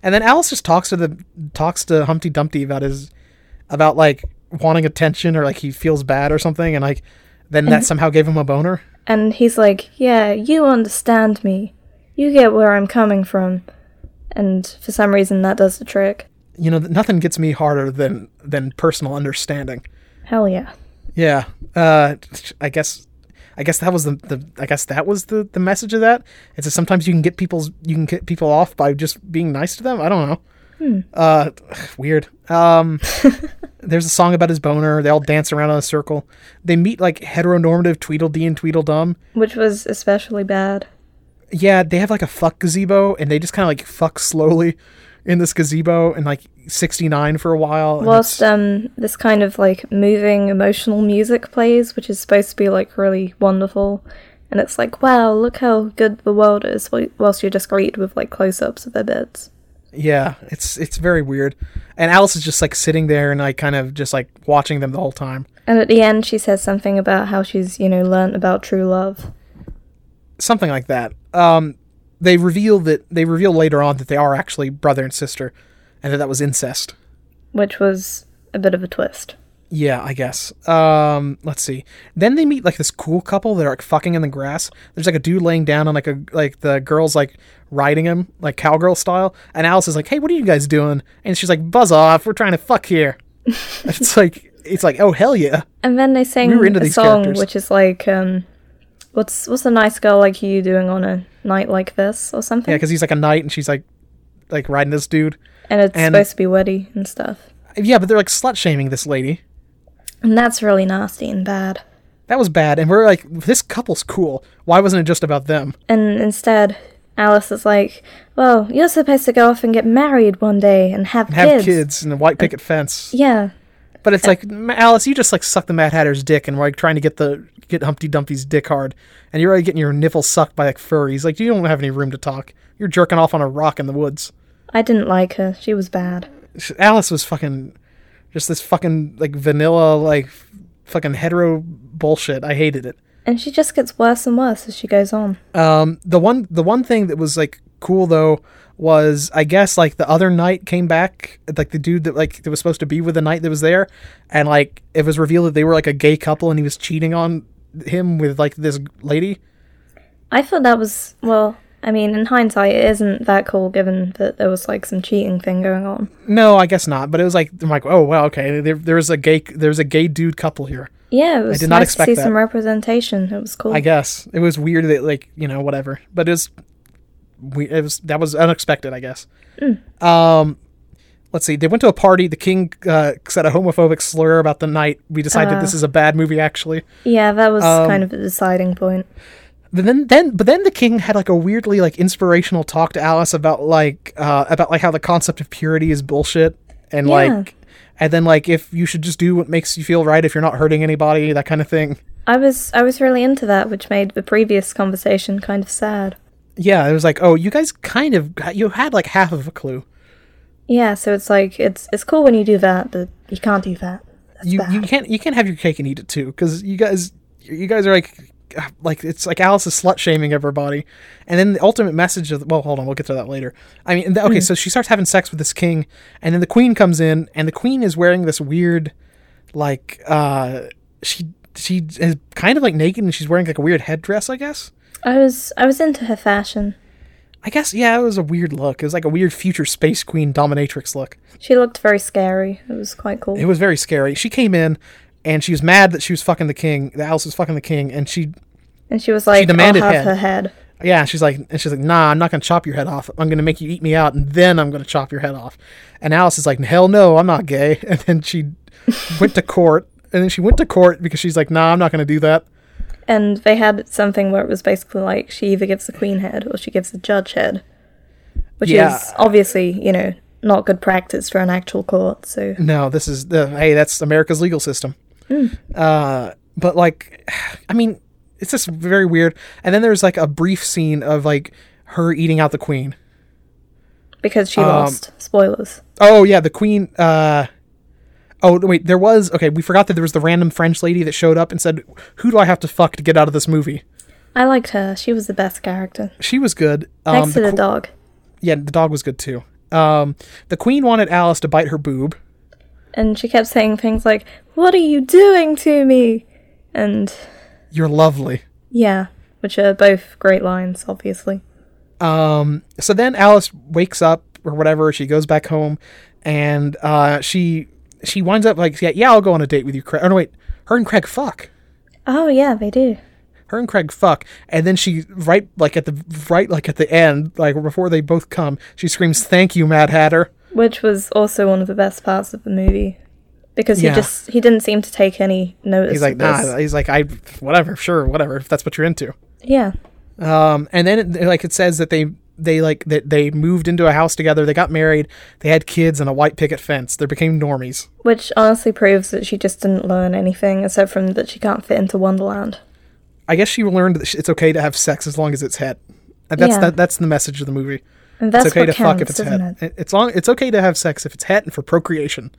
And then Alice just talks to the talks to Humpty Dumpty about his about like wanting attention or like he feels bad or something, and like then that somehow gave him a boner. And he's like, Yeah, you understand me. You get where I'm coming from. And for some reason, that does the trick. You know, nothing gets me harder than than personal understanding. Hell yeah. Yeah. Uh, I guess. I guess that was the, the I guess that was the, the message of that. It's that sometimes you can get people's you can get people off by just being nice to them. I don't know. Uh, weird. Um, there's a song about his boner. They all dance around in a circle. They meet like heteronormative Tweedledee and Tweedledum. Which was especially bad. Yeah, they have like a fuck gazebo, and they just kind of like fuck slowly in this gazebo and like 69 for a while. and Whilst it's- um, this kind of like moving emotional music plays, which is supposed to be like really wonderful. And it's like, wow, look how good the world is, whi- whilst you're discreet with like close ups of their beds. Yeah, it's it's very weird. And Alice is just like sitting there and like kind of just like watching them the whole time. And at the end, she says something about how she's, you know, learnt about true love. Something like that. Um they reveal that they reveal later on that they are actually brother and sister and that that was incest. which was a bit of a twist. Yeah, I guess. Um let's see. Then they meet like this cool couple that are like fucking in the grass. There's like a dude laying down and like a like the girls like riding him like cowgirl style and Alice is like, "Hey, what are you guys doing?" And she's like, "Buzz off. We're trying to fuck here." it's like it's like, "Oh hell yeah." And then they sang We were into a these song characters. which is like, um, "What's what's a nice girl like you doing on a night like this?" or something. Yeah, because he's like a knight and she's like, like riding this dude. and it's and- supposed to be weddy and stuff. Yeah, but they're like slut shaming this lady. And that's really nasty and bad. That was bad. And we're like, this couple's cool. Why wasn't it just about them? And instead, Alice is like, "Well, you're supposed to go off and get married one day and have, Have kids." kids, and a white picket fence. Yeah, But it's like, "M- Alice, you just like suck the Mad Hatter's dick, and we're like trying to get the get Humpty Dumpty's dick hard, and you're already getting your niffle sucked by like furries. Like you don't have any room to talk. You're jerking off on a rock in the woods. I didn't like her. She was bad. Alice was fucking just this fucking like vanilla like fucking hetero bullshit. I hated it. And she just gets worse and worse as she goes on. Um, the one the one thing that was like cool though was I guess like the other knight came back, like the dude that like that was supposed to be with the knight that was there, and like it was revealed that they were like a gay couple and he was cheating on him with like this lady. I thought that was well. I mean, in hindsight, it isn't that cool given that there was like some cheating thing going on. No, I guess not. But it was like I'm like, oh well, okay. There there's a gay there's a gay dude couple here. Yeah, it was did nice not expect to see that. some representation. It was cool. I guess it was weird that like you know whatever, but it was we it was that was unexpected. I guess. Um, let's see. They went to a party. The king uh, said a homophobic slur about the night. We decided this is a bad movie. Actually, yeah, that was Um, kind of a deciding point. but then then but then the king had like a weirdly like inspirational talk to Alice about like uh, about like how the concept of purity is bullshit and Yeah. like and then like if you should just do what makes you feel right if you're not hurting anybody that kind of thing. I was I was really into that, which made the previous conversation kind of sad. Yeah, it was like oh you guys kind of you had like half of a clue. Yeah, so it's like it's it's cool when you do that, but you can't do that. That's you bad. you can't you can't have your cake and eat it too because you guys you guys are like like it's like Alice is slut shaming everybody, and then the ultimate message of well hold on we'll get to that later. I mean th- okay so she starts having sex with this king, and then the queen comes in and the queen is wearing this weird like uh she she is kind of like naked and she's wearing like a weird headdress I guess. I was I was into her fashion. I guess yeah it was a weird look. It was like a weird future space queen dominatrix look. She looked very scary. It was quite cool. It was very scary. She came in and she was mad that she was fucking the king. That Alice was fucking the king and she and she was like, demanded "I'll have head. her head." Yeah, she's like, and she's like, nah, I'm not gonna chop your head off. I'm gonna make you eat me out, and then I'm gonna chop your head off. And Alice is like, hell no, I'm not gay. And then she went to court, and then she went to court because she's like, nah, I'm not gonna do that. And they had something where it was basically like she either gives the queen head or she gives the judge head, which Yeah. is obviously you know not good practice for an actual court. So No, this is the hey, that's America's legal system. Uh, but like, I mean, it's just very weird. And then there's like a brief scene of like her eating out the queen. because Um, she lost, spoilers. Oh yeah, the queen. Uh, oh wait, there was okay. We forgot that there was the random French lady that showed up and said, "Who do I have to fuck to get out of this movie?" I liked her. She was the best character She was good. Um, next to the the qu- dog. yeah, the dog was good too. Um, the queen wanted Alice to bite her boob. And she kept saying things like, What are you doing to me? And You're lovely. yeah, which are both great lines, obviously. Um, so then Alice wakes up or whatever. She goes back home, and uh, she she winds up like, yeah, yeah, I'll go on a date with you, Craig. Oh no, wait, her and Craig fuck. Oh, yeah, they do. Her and Craig fuck, and then she right like at the right like at the end, like before they both come, she screams, "Thank you, Mad Hatter." Which was also one of the best parts of the movie. Because Yeah. he just he didn't seem to take any notice. He's like, of this. nah. He's like, I whatever, sure, whatever. If that's what you're into. Yeah. Um, and then it, like it says that they they like that they moved into a house together. They got married. They had kids and a white picket fence. They became normies. Which honestly proves that she just didn't learn anything aside from that she can't fit into Wonderland. I guess she learned that sh- it's okay to have sex as long as it's head. And that's Yeah. that, that's the message of the movie. And that's it's okay what to counts, fuck if it's isn't het. it? It- It's long. It's okay to have sex if it's het and for procreation.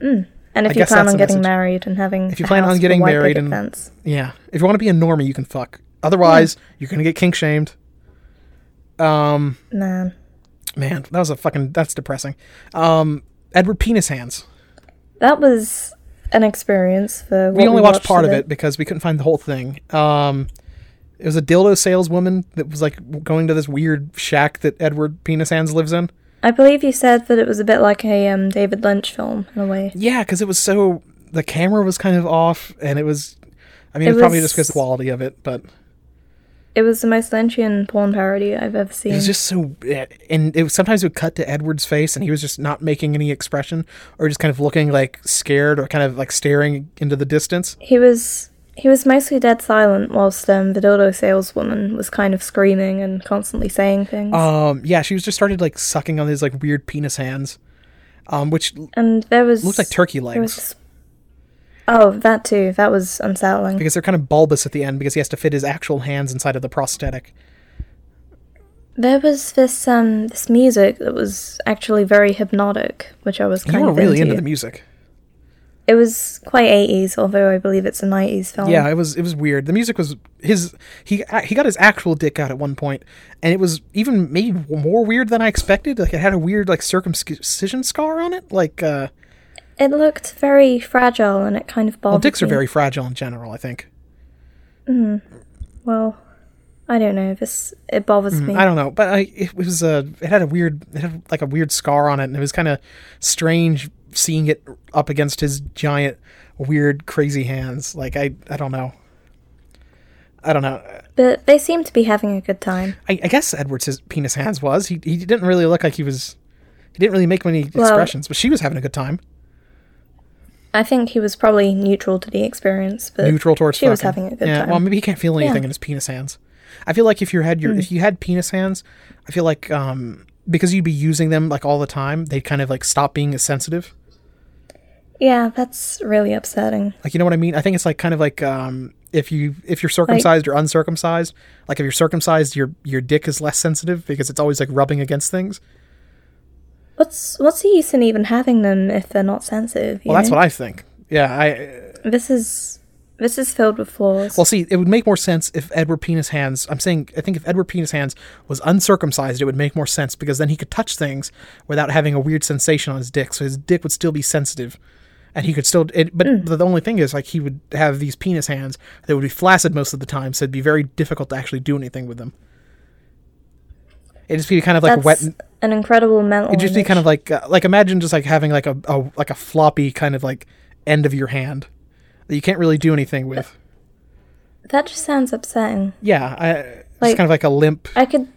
And if I you guess plan that's the on getting message. married and having If you a plan house on with a getting white married picket and- fence. Yeah. If you want to be a normie, you can fuck. Otherwise, you're gonna get kink shamed. Um, man, man, that was a fucking. That's depressing. Um, Edward Penis Hands. that was an experience for. we what only watched, part of today. it because we couldn't find the whole thing. Um, it was a dildo saleswoman that was like w- going to this weird shack that Edward Penis Hands lives in. I believe you said that it was a bit like a um, David Lynch film in a way. Yeah, because it was so the camera was kind of off, and it was. I mean, It it's probably was- just because quality of it, but It was the most Lynchian porn parody I've ever seen. it was just so. eh, And it was, sometimes it would cut to Edward's face, and he was just not making any expression, or just kind of looking like scared, or kind of like staring into the distance. he was he was mostly dead silent whilst um, the dildo saleswoman was kind of screaming and constantly saying things. Um, yeah, she was just started like sucking on his like weird penis hands, um, which l- and there was looked like turkey there legs. was just- oh, that too. That was unsettling. because they're kind of bulbous at the end because he has to fit his actual hands inside of the prosthetic. There was this um this music that was actually very hypnotic, which I was kind You were of really into. into the music. It was quite eighties, although I believe it's a nineties film. Yeah, it was it was weird. The music was his he he got his actual dick out at one point, and it was even maybe more weird than I expected. Like it had a weird like circumcision scar on it. Like uh, it looked very fragile, and it kind of bothered well, dicks are me. very fragile in general. I think well. I don't know. This it bothers me. Mm-hmm. I don't know, but I, it was uh, it had a weird it had like a weird scar on it, and it was kind of strange seeing it up against his giant weird crazy hands. Like I I don't know. I don't know. But they seem to be having a good time. I, I guess Edward's penis hands was. He he didn't really look like he was. He didn't really make many expressions, but she was having a good time. I think he was probably neutral to the experience, but Neutral towards. she was fucking. having a good yeah, time. Well, maybe he can't feel anything Yeah. Hmm. in his penis hands. I feel like if you had your if you had penis hands, I feel like um because you'd be using them like all the time, they'd kind of like stop being as sensitive. yeah, that's really upsetting. Like you know what I mean? I think it's like kind of like um if you if you're circumcised or uncircumcised, like if you're circumcised, your your dick is less sensitive because it's always like rubbing against things. What's what's the use in even having them if they're not sensitive? Well, that's what I think. Yeah, I This is this is filled with flaws. Well, see, it would make more sense if Edward Penis Hands. I'm saying, I think if Edward Penis Hands was uncircumcised, it would make more sense because then he could touch things without having a weird sensation on his dick. So his dick would still be sensitive, and he could still. It, but the the only thing is, like, he would have these penis hands that would be flaccid most of the time, so it'd be very difficult to actually do anything with them. It'd just be kind of like that's wet. an incredible mental. It'd just be image. kind of like uh, like imagine just like having like a, a like a floppy kind of like end of your hand that you can't really do anything with. that just sounds upsetting. Yeah, I, it's Like- kind of like a limp. I could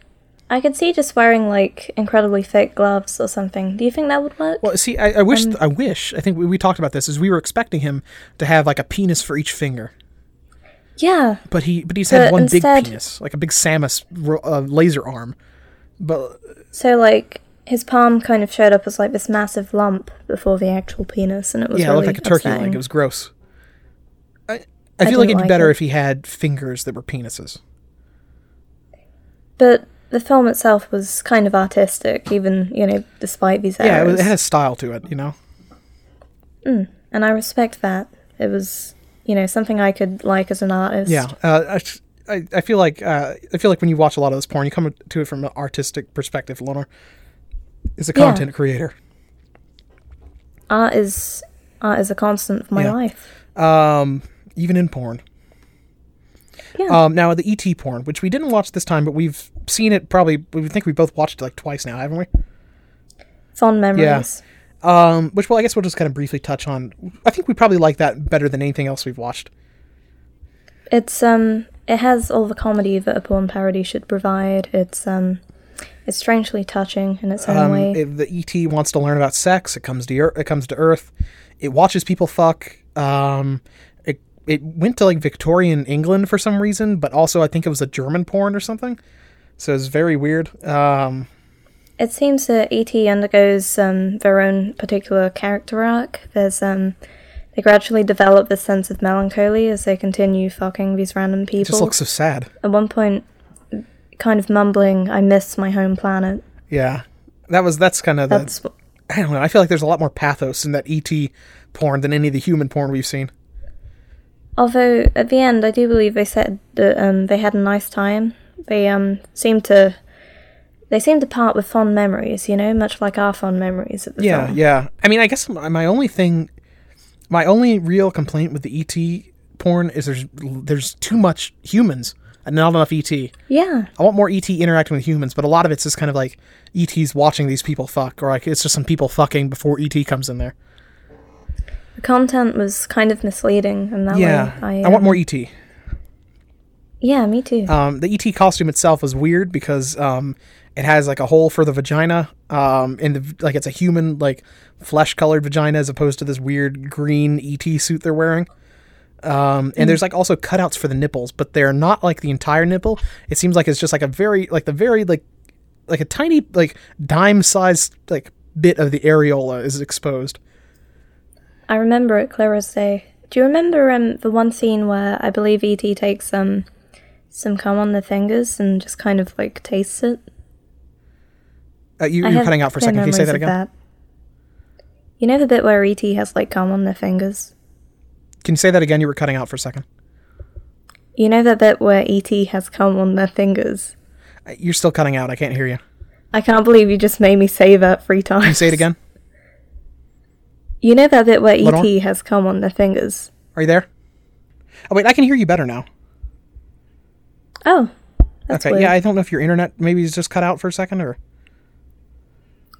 I could see just wearing like incredibly thick gloves or something. Do you think that would work? Well, see, I, I wish, I wish. I think we, we talked about this. Is we were expecting him to have like a penis for each finger, Yeah, but he, but he's But had one instead- big penis, like a big Samus ro- uh, laser arm. But So like his palm kind of showed up as like this massive lump before the actual penis, and it was yeah, it really looked like a turkey upsetting. leg. It was gross. I, I feel like it'd didn't be like better it. if he had fingers that were penises. But the film itself was kind of artistic, even you know, despite these errors. Yeah, it, was, it had a style to it, you know. and I respect that. It was you know something I could like as an artist. Yeah, uh, I- I, I feel like uh, I feel like when you watch a lot of this porn, you come to it from an artistic perspective. Lorna is a Yeah. content creator. Art is art is a constant for my Yeah. life. um, even in porn. Yeah. Um, now the ET porn, which we didn't watch this time, but we've seen it probably. We think we both watched it like twice now, haven't we? Fond memories. Um, which well, I guess we'll just kind of briefly touch on. I think we probably like that better than anything else we've watched. It's um it has all the comedy that a porn parody should provide. It's um it's strangely touching in its own Um, way. it- the ET wants to learn about sex. It comes to Ear- it comes to Earth. It watches people fuck. Um, it it went to like Victorian England for some reason, but also I think it was a German porn or something. So it's very weird. Um, It seems that ET undergoes um, their own particular character arc. There's um, they gradually develop this sense of melancholy as they continue fucking these random it just people. looks so sad. At one point, kind of mumbling, "I miss my home planet." Yeah, that was that's kind of the That's I don't know. I feel like there's a lot more pathos in that ET porn than any of the human porn we've seen. although at the end, I do believe they said that um, they had a nice time. They um seemed to. They seem to part with fond memories, you know, much like our fond memories at the Yeah, film. yeah. I mean, I guess my, my only thing, my only real complaint with the ET porn is there's there's too much humans and not enough ET. I Yeah, want more ET interacting with humans, but a lot of it's just kind of like ET's watching these people fuck, or like it's just some people fucking before ET comes in there. the content was kind of misleading, and that Yeah, way. I, want um, more E ET. Yeah, me too. Um, the ET costume itself is weird because um, it has like a hole for the vagina, um, and the, like it's a human like flesh colored vagina as opposed to this weird green ET suit they're wearing. Um, and there's like also cutouts for the nipples, but they're not like the entire nipple. It seems like it's just like a very like the very like like a tiny like dime sized like bit of the areola is exposed. I remember it clear as day. Do you remember um, the one scene where I believe ET takes um, some cum on the fingers and just kind of like tastes it? Uh, you, I you're have cutting out for a clear second. Can you say memories that of again? You know the bit where ET has like cum on their fingers. Can you say that again? You were cutting out for a second. You know that bit where ET has cum on their fingers. Uh, You're still cutting out. I can't hear you. I can't believe you just made me say that three times. Can you say it again? You know that bit where Lenore? ET has cum on their fingers. Are you there? Oh wait, I can hear you better now. Oh, that's okay, weird. yeah, I don't know if your internet maybe is just cut out for a second or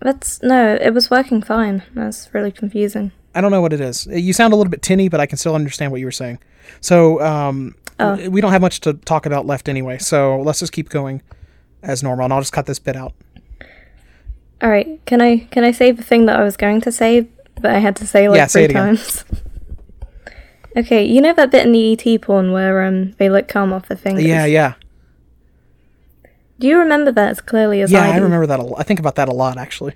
that's no. It was working fine. That's really confusing. I don't know what it is. Uh, You sound a little bit tinny, but I can still understand what you were saying. So um, Oh. w- we don't have much to talk about left anyway. So let's just keep going as normal, and I'll just cut this bit out. All right, can I can I say the thing that I was going to say, but I had to say like Yeah, say three it again. times? okay, you know that bit in the ET porn where um they like calm off the fingers. Yeah, yeah, Do you remember that as clearly as yeah. I do? I remember that. A l- I think about that a lot actually.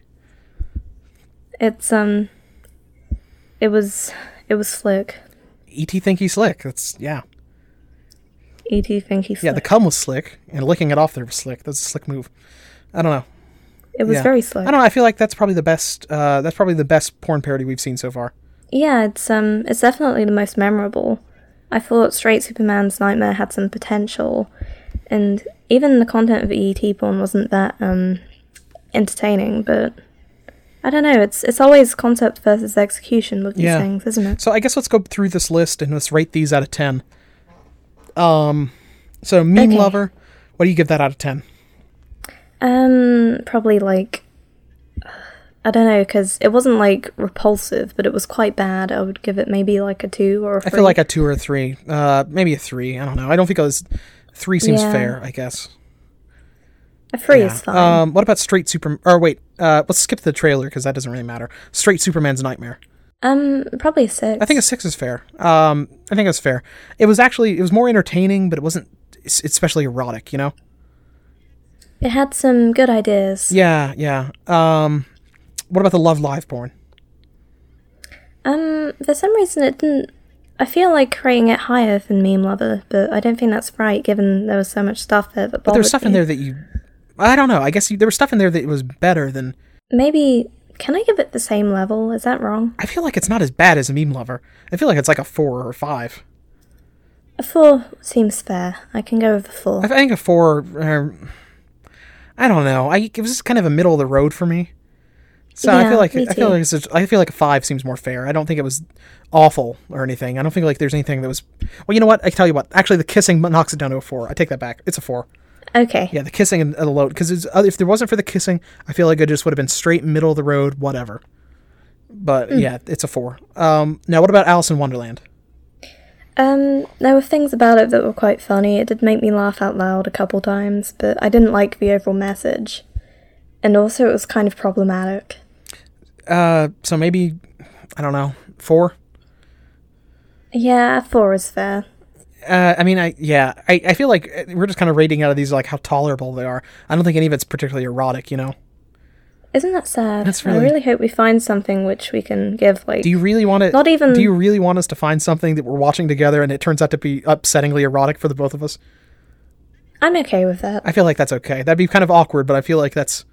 It's um, it was it was slick. Et E think he's slick. That's yeah, ET think he's yeah. The slick. cum was slick, and licking it off there was slick. That's a slick move. I don't know. it was yeah. very slick. I don't know. I feel like that's probably the best. Uh, that's probably the best porn parody we've seen so far. Yeah, it's um, it's definitely the most memorable. I thought Straight Superman's Nightmare had some potential, and even the content of the ET porn wasn't that um, entertaining. But I don't know. It's it's always concept versus execution with these Yeah. things, isn't it? So I guess let's go through this list and let's rate these out of ten. Um, so meme Okay. lover, what do you give that out of ten? Um, probably like I don't know because it wasn't like repulsive, but it was quite bad. I would give it maybe like a two or a I three. feel like a two or a three, uh, maybe a three. I don't know. I don't think it was three seems Yeah. fair. I guess. a three is fine. Um, what about straight super? Or wait, uh, let's skip the trailer because that doesn't really matter. Straight Superman's nightmare. um, probably a six. I think a six is fair. Um, I think it's fair. It was actually it was more entertaining, but it wasn't es- especially erotic. You know. it had some good ideas. Yeah, yeah. Um, what about the Love Live porn? Um, for some reason it didn't. I feel like rating it higher than Meme Lover, but I don't think that's right given there was so much stuff there that bothered But there was stuff in me. there that you. I don't know. I guess you, there was stuff in there that was better than. Maybe can I give it the same level? Is that wrong? I feel like it's not as bad as a meme lover. I feel like it's like a four or five. A four seems fair. I can go with a four. I think a four. Um, I don't know. I it was just kind of a middle of the road for me. So I Yeah, feel like me I feel too. like it's a, I feel like a five seems more fair. I don't think it was awful or anything. I don't think like there's anything that was. Well, you know what? I can tell you what. Actually, the kissing knocks it down to a four. I take that back. It's a four. Okay. Yeah, the kissing and, and the load. Because if there wasn't for the kissing, I feel like it just would have been straight middle of the road, whatever. But Hmm. yeah, it's a four. Um, now, what about Alice in Wonderland? Um, there were things about it that were quite funny. It did make me laugh out loud a couple times, but I didn't like the overall message. And also, it was kind of problematic. Uh, so maybe I don't know four. Yeah, a four is fair. Uh, I mean, I yeah, I, I feel like uh, we're just kind of rating out of these like how tolerable they are. I don't think any of it's particularly erotic, you know. Isn't that sad? That's I really- really hope we find something which we can give, like. Do you really want to? Not even- Do you really want us to find something that we're watching together and it turns out to be upsettingly erotic for the both of us? I'm okay with that. I feel like that's okay. That'd be kind of awkward, but I feel like that's.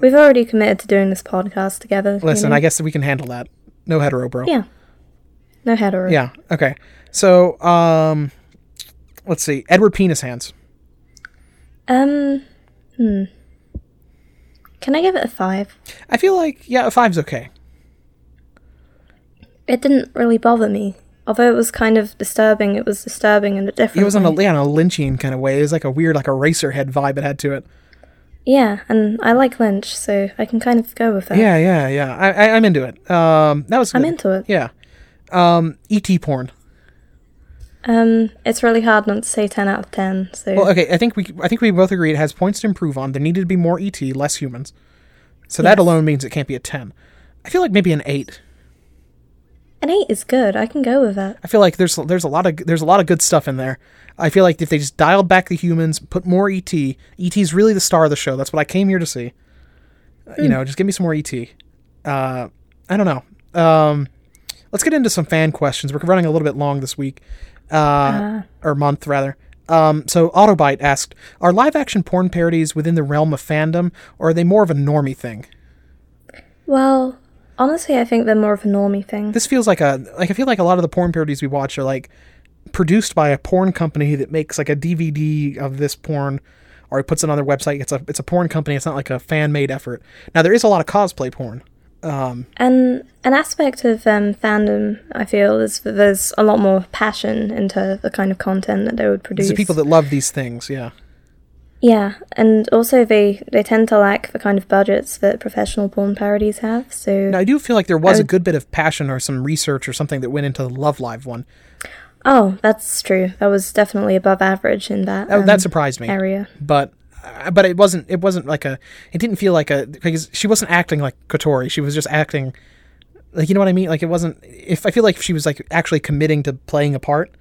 We've already committed to doing this podcast together. Listen, you know? I guess we can handle that. No hetero, bro. Yeah. No hetero. Yeah. Okay. So, um, let's see. Edward Penis Hands. Um, hmm. Can I give it a five? I feel like yeah, a five's okay. It didn't really bother me. Although it was kind of disturbing, it was disturbing in a different It was on a way. yeah, on a Lynchian kind of way. It was like a weird, like a racer head vibe it had to it. Yeah, and I like Lynch, so I can kind of go with that. Yeah, yeah, yeah. I, I I'm into it. Um, that was. I'm good. into it. Yeah. Um, ET porn. Um, it's really hard not to say 10 out of 10, so Well, okay. I think we I think we both agree it has points to improve on. There needed to be more ET, less humans. So that alone means it can't be a ten. I feel like maybe an eight. an 8 is good. I can go with that. I feel like there's there's a lot of there's a lot of good stuff in there. I feel like if they just dialed back the humans, put more E ET. ET's really the star of the show. That's what I came here to see. Uh, You know, just give me some more ET. Uh, I don't know. Um, let's get into some fan questions. We're running a little bit long this week, uh, or month rather. Um, so Autobite asked, "Are live-action porn parodies within the realm of fandom, or are they more of a normie thing?" Well, honestly, I think they're more of a normie thing. this feels like a like I feel like a lot of the porn parodies we watch are like produced by a porn company that makes like a DVD of this porn or it puts it on their website. It's a it's a porn company. It's not like a fan made effort. Now there is a lot of cosplay porn. And an aspect of um, fandom, I feel, is that there's a lot more passion into the kind of content that they would produce. These are people that love these things. Yeah, Yeah, and also they, they tend to lack the kind of budgets that professional porn parodies have, so... now I do feel like there was a good bit of passion or some research or something that went into the Love Live one. Oh, that's true. That was definitely above average in that, That, um, that surprised me. area. but uh, but it wasn't it wasn't like a it didn't feel like a because she wasn't acting like Kotori she was just acting like you know what I mean like it wasn't if I feel like if she was like actually committing to playing a part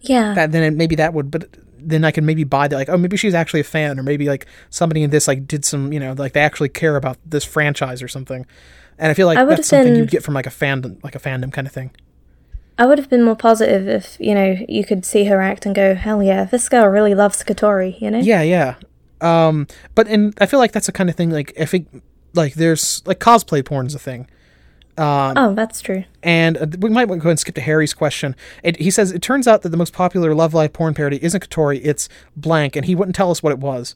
Yeah. that then it, maybe that would but then I could maybe buy that like oh maybe she's actually a fan or maybe like somebody in this like did some you know like they actually care about this franchise or something and I feel like I would that's have something you been- get from like a fandom like a fandom kind of thing I would have been more positive if, you know, you could see her act and go, hell yeah, this girl really loves Katori, you know? Yeah, yeah. Um, but and I feel like that's the kind of thing. Like I think like there's like cosplay porn's a thing. Oh, that's true. And uh, we might want to go ahead and skip to Harry's question. It, he says it turns out that the most popular Love Live porn parody isn't Katori, it's blank, and he wouldn't tell us what it was.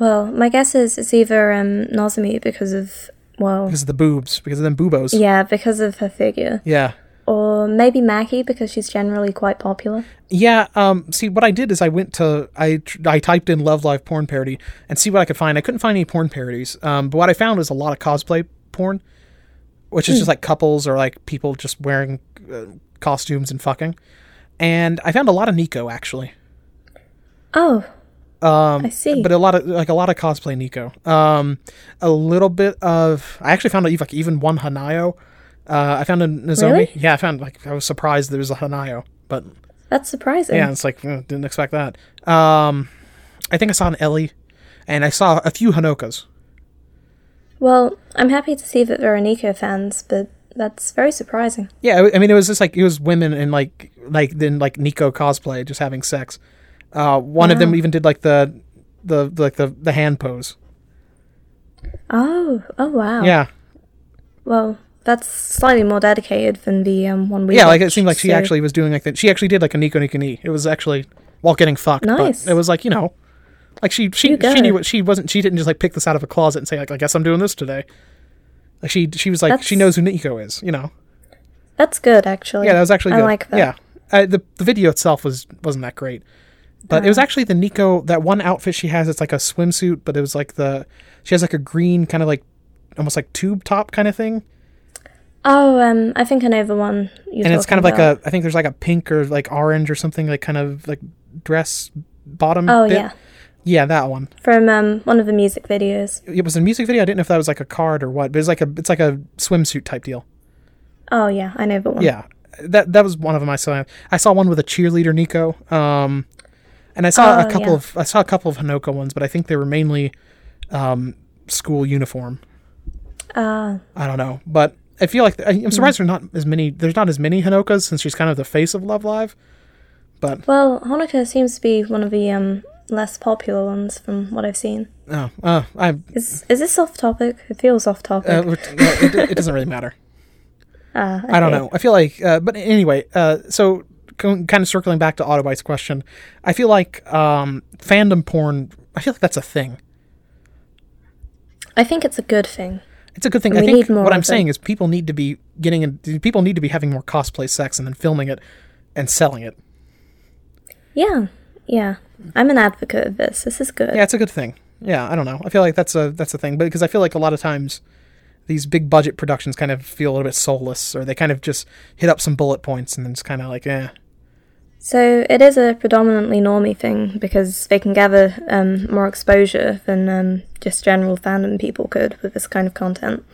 Well, my guess is it's either um, Nozomi because of, well, Because of the boobs, because of them boobos. yeah, because of her figure. Yeah. Or maybe Maki because she's generally quite popular. Yeah, um, see, what I did is I went to I tr- I typed in Love Live porn parody and see what I could find. I couldn't find any porn parodies, um, but what I found was a lot of cosplay porn, which is just like couples or like people just wearing uh, costumes and fucking. And I found a lot of Nico actually, Oh. Um, I see. but a lot of like a lot of cosplay Nico. Um, a little bit of I actually found like even one Hanayo. Uh, I found a Nozomi. Really? Yeah, I found like I was surprised there was a Hanayo, but That's surprising. Yeah, it's like mm, didn't expect that. Um, I think I saw an Ellie, and I saw a few Hanokas. Well, I'm happy to see that there are Nico fans, but that's very surprising. Yeah, I- I mean it was just like it was women in like like then like Nico cosplay just having sex. Uh, one of them even did like the the like the the hand pose. Oh, oh wow. Yeah, Well, that's slightly more dedicated than the um, one we yeah, like it watched, seemed like she so- actually was doing like that. She actually did like a Nico Nico Ni. It was actually while getting fucked. Nice. But it was like you know, like she she You go. she knew what she wasn't. She didn't just like pick this out of a closet and say like I guess I'm doing this today. Like she she was like she knows That's- who Nico is. You know. That's good, actually. Yeah, that was actually I good. like that. Yeah, uh, the the video itself was wasn't that great, but it Uh. was actually the Nico that one outfit she has. It's like a swimsuit, but it was like the she has like a green kind of like almost like tube top kind of thing, Oh, um, I think I know the one. You're and it's kind of talking like about. a I think there's like a pink or like orange or something like kind of like dress bottom. Oh bit. yeah, yeah, that one. from um one of the music videos. It was a music video. I didn't know if that was like a card or what, but it's like a it's like a swimsuit type deal. Oh yeah, I know the one. Yeah, that that was one of them I saw. I saw one with a cheerleader Nico, um, and I saw Oh, a couple yeah. of I saw a couple of Hanoka ones, but I think they were mainly um, school uniform. Ah, I don't know, but I feel like I, Hmm. I'm surprised there's not as many. There's not as many Hanokas since she's kind of the face of Love Live. But well, Hanukkah seems to be one of the um less popular ones from what I've seen. oh, uh, I uh, Is is this off topic? It feels off topic. it, it doesn't really matter. Ah, I don't okay. know. I feel like, uh, but anyway, uh, so going, kind of circling back to Autobite's question, I feel like um, fandom porn. I feel like that's a thing. I think it's a good thing. It's a good thing. And I we think need more what of I'm it. saying is people need to be getting in, people need to be having more cosplay sex and then filming it and selling it. Yeah, yeah. I'm an advocate of this. This is good. Yeah, it's a good thing. Yeah, I don't know. I feel like that's a that's a thing, but because I feel like a lot of times these big budget productions kind of feel a little bit soulless, or they kind of just hit up some bullet points and then it's kind of like, eh. So it is a predominantly normie thing because they can gather um, more exposure than um, just general fandom people could with this kind of content.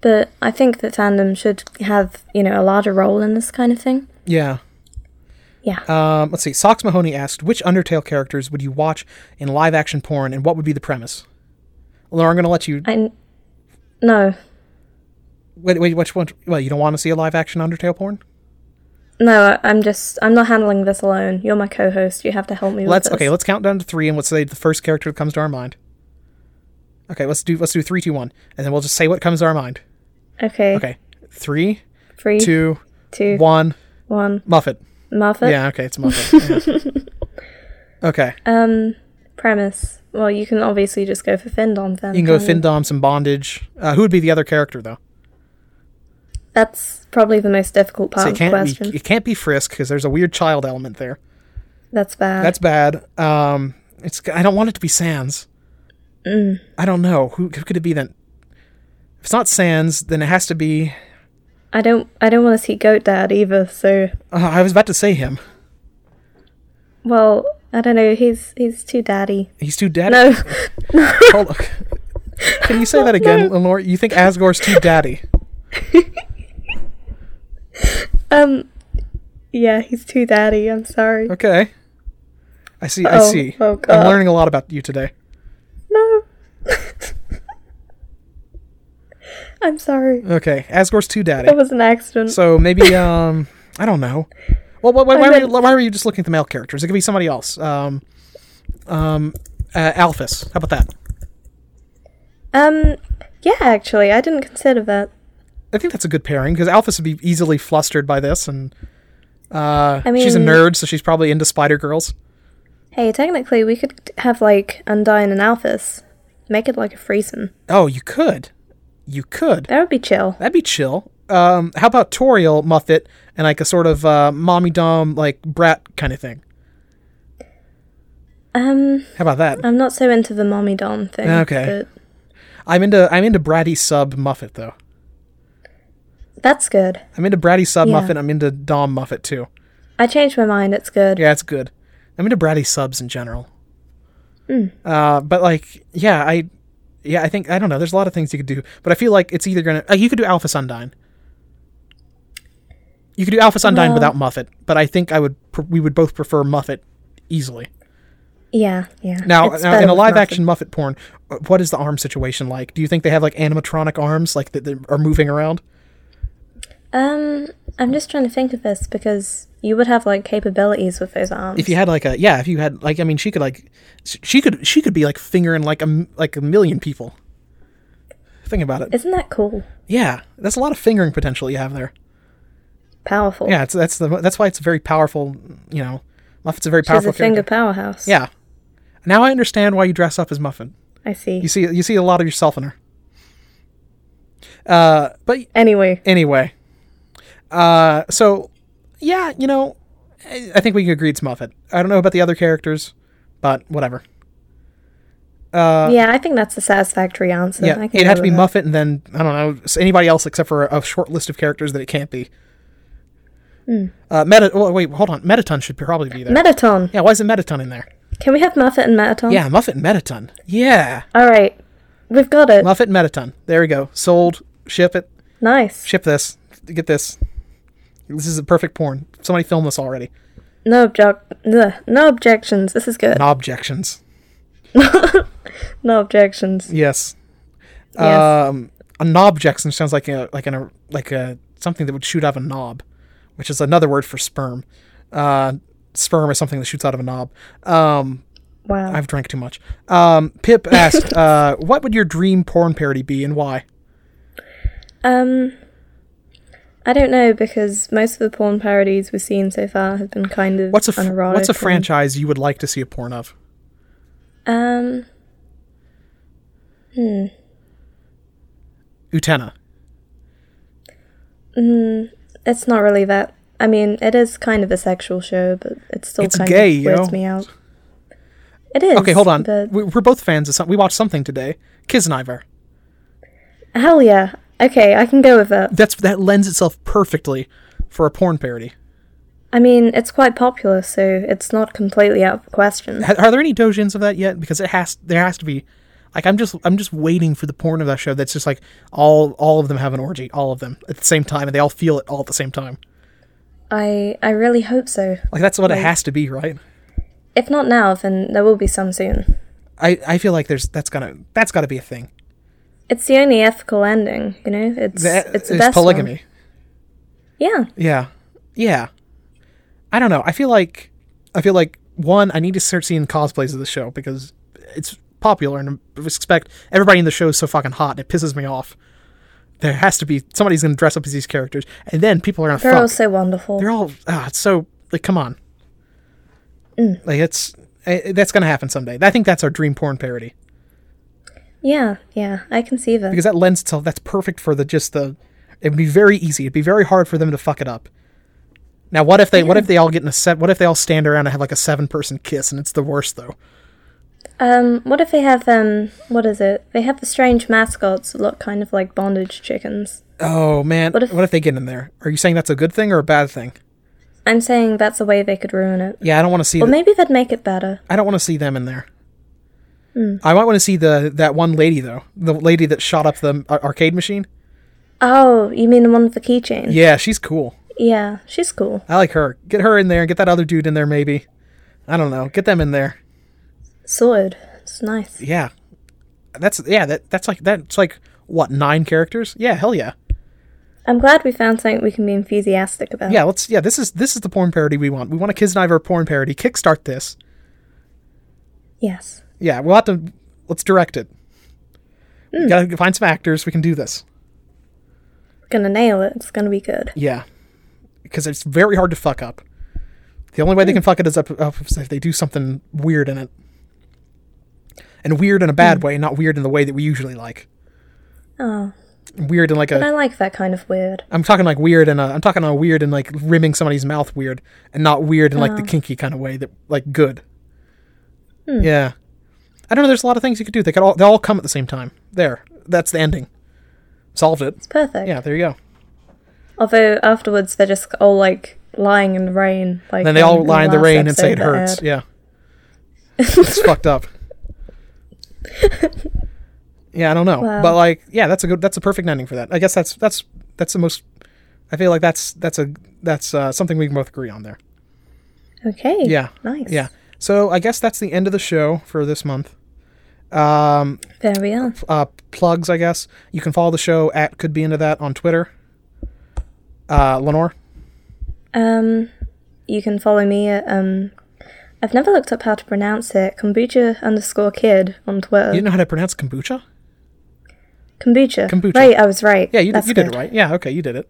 But I think that fandom should have, you know, a larger role in this kind of thing. Yeah. Yeah. Um, let's see. Socks Mahoney asked, which Undertale characters would you watch in live action porn, and what would be the premise? Laura, I'm going to let you. I n- no, Wait, wait, which one? Well, you don't want to see a live action Undertale porn? no, I, I'm just, I'm not handling this alone. You're my co-host. You have to help me with Let's this. okay. Let's count down to three, and let's say the first character that comes to our mind. Okay, let's do let's do three, two, one, and then we'll just say what comes to our mind. okay. Okay, three, Three, two, two, one. one. Muffet. Muffet. Yeah, okay, it's Muffet. Yeah. Okay, Um, premise. Well, you can obviously just go for Findom then. you can go can't with Findom, some bondage. Uh, who would be the other character though? That's probably the most difficult part So it of the can't question. be, it can't be Frisk because there's a weird child element there. That's bad. That's bad. Um, it's I don't want it to be Sans. Mm. I don't know who, who could it be then. If it's not Sans, then it has to be. I don't. I don't want to see Goat Dad either. So, Uh, I was about to say him. well, I don't know. He's he's too daddy. He's too daddy. No, Oh, Hold on. Can you say that again, Lenore? You think Asgore's too daddy? um, yeah, he's too daddy. I'm sorry. Okay. I see. I Oh, see. oh, I'm God. learning a lot about you today. No. I'm sorry. Okay, Asgore's too daddy. That was an accident. So maybe um, I don't know. Well, why, why, why, were you, meant- why were you just looking at the male characters? It could be somebody else. Um, um, uh, Alphys. How about that? um, yeah, actually, I didn't consider that. I think that's a good pairing because Alphys would be easily flustered by this, and uh, I she's a mean- nerd, so she's probably into Spider Girls. Hey, technically, we could have like Undyne and Alphys. Make it like a threesome. Oh, you could, you could. That would be chill. That'd be chill. Um, how about Toriel Muffet and like a sort of uh, mommy dom like brat kind of thing? Um, How about that? I'm not so into the mommy dom thing. Okay. I'm into I'm into bratty sub Muffet though. But that's good. I'm into bratty sub Yeah. Muffet. I'm into dom Muffet too. I changed my mind. It's good. Yeah, it's good. I'm into bratty subs in general. Hmm. Uh, but like, yeah, I, yeah, I think I don't know. There's a lot of things you could do, but I feel like it's either gonna uh, you could do Alpha Sundine. You could do Alpha Sundine Well- without Muffet, but I think I would pr- we would both prefer Muffet easily. Yeah, yeah. Now, It's now better in a with live nothing. action Muffet porn, uh, what is the arm situation like? Do you think they have like animatronic arms like that, that are moving around? Um, I'm just trying to think of this because you would have like capabilities with those arms. If you had like a yeah, if you had like I mean she could like s- she could she could be like fingering like a m- like a million people. Think about it. Isn't that cool? Yeah, that's a lot of fingering potential you have there. Powerful. Yeah, it's, that's the that's why it's a very powerful. You know, Muffin's a very She's powerful a finger character. powerhouse. Yeah. Now I understand why you dress up as Muffin. I see. You see, you see a lot of yourself in her. Uh, but Anyway, anyway, uh, so yeah, you know, I, I think we can agree it's Muffet. I don't know about the other characters, but whatever. yeah, I think that's a satisfactory answer. uh, Yeah, I can it go had to be with that. Muffet, and then I don't know s- anybody else except for a, a short list of characters that it can't be. Uh, Meta. Well, wait, hold on. Metaton should probably be there. Metaton. yeah, why isn't Metaton in there? Can we have Muffet and Metaton? Yeah, Muffet and Metaton. Yeah, All right. We've got it. Muffet and Metaton. There we go. Sold. Ship it. nice. Ship this. Get this. This is a perfect porn. Somebody filmed this already. No object. No objections. This is good. No objections. No objections. Yes. Yes. Um, a knob Jackson sounds like a like an like a something that would shoot out of a knob, which is another word for sperm. Uh, sperm is something that shoots out of a knob. Um, wow. I've drank too much. Um, Pip asked, uh, "What would your dream porn parody be and why?" Um, I don't know because most of the porn parodies we've seen so far have been kind of What's a f- unerotic what's a and- franchise you would like to see a porn of? Um, Utena. it's not really that. I mean, it is kind of a sexual show, but it's still It's kind gay, of yo. weirds me out. It is. Okay, hold on. but- We- We're both fans of something. We watched something today. Kisniver. hell yeah. Okay, I can go with that. That's that lends itself perfectly for a porn parody. I mean, it's quite popular, so it's not completely out of the question. Ha- are there any dojins of that yet? Because it has there has to be. Like I'm just I'm just waiting for the porn of that show that's just like all all of them have an orgy, all of them at the same time, and they all feel it all at the same time. I I really hope so. Like that's what it has to be, right? If not now, then there will be some soon. I I feel like there's that's gonna that's gotta be a thing. It's the only ethical ending, you know. It's That it's the is best one. polygamy. Yeah. Yeah, yeah. I don't know. I feel like I feel like one. I need to start seeing cosplays of the show because it's popular, and I expect everybody in the show is so fucking hot, and it pisses me off. There has to be somebody's going to dress up as these characters, and then people are going to They're fuck. all so wonderful. They're all ah, it's so like come on. Mm. Like it's eh, that's going to happen someday. I think that's our dream porn parody yeah, yeah, I can see that. because that lends itself. That's perfect for the just the. It would be very easy. It'd be very hard for them to fuck it up. Now, what if they? What if they all get in a set? What if they all stand around and have like a seven-person kiss, and it's the worst though? um, what if they have um, what is it? They have the strange mascots that look kind of like bondage chickens. Oh man, what What if, if- they get in there? Are you saying that's a good thing or a bad thing? I'm saying that's a way they could ruin it. Yeah, I don't want to see. Or th- maybe they'd make it better. I don't want to see them in there. I might want to see the that one lady though, the lady that shot up the ar- arcade machine. Oh, you mean the one with the keychain? Yeah, she's cool. Yeah, she's cool. I like her. Get her in there. Get that other dude in there, maybe. I don't know. Get them in there. Sword. It's nice. Yeah, that's yeah. That that's like that's like what nine characters? Yeah, hell yeah. I'm glad we found something we can be enthusiastic about. Yeah, let's yeah. This is this is the porn parody we want. We want a Kisniver porn parody. Kickstart this. Yes. Yeah, we'll have to let's direct it. We gotta find some actors. We can do this. We're gonna nail it. It's gonna be good. Yeah, because it's very hard to fuck up. The only way they can fuck it is up, up if they do something weird in it, and weird in a bad way, not weird in the way that we usually like. Oh, Weird in like a I like that kind of weird. I'm talking like weird and uh, I'm talking on weird and like rimming somebody's mouth weird and not weird in like Oh. the kinky kind of way that like good. Hmm. Yeah. I don't know. There's a lot of things you could do. They could all they all come at the same time. There. That's the ending. Solved it. It's perfect. Yeah. There you go. Although afterwards they're just all like lying in the rain. Like Then they all in lie in the last rain and episode say it that hurts. aired. Yeah. it's fucked up. Yeah, I don't know, Wow. but like, yeah, that's a good, that's a perfect ending for that. I guess that's that's that's the most. I feel like that's that's a that's uh, something we can both agree on there. Okay. Yeah. Nice. Yeah. So I guess that's the end of the show for this month. Um, There we are. uh, plugs, I guess. You can follow the show at Could Be Into That on Twitter. Uh, Lenore? Um, you can follow me at um. I've never looked up how to pronounce it. Kombucha underscore kid on Twitter. You didn't know how to pronounce kombucha? Kombucha. Kombucha. Right, I was right. Yeah, you, That's you did good. it right. Yeah, okay, you did it.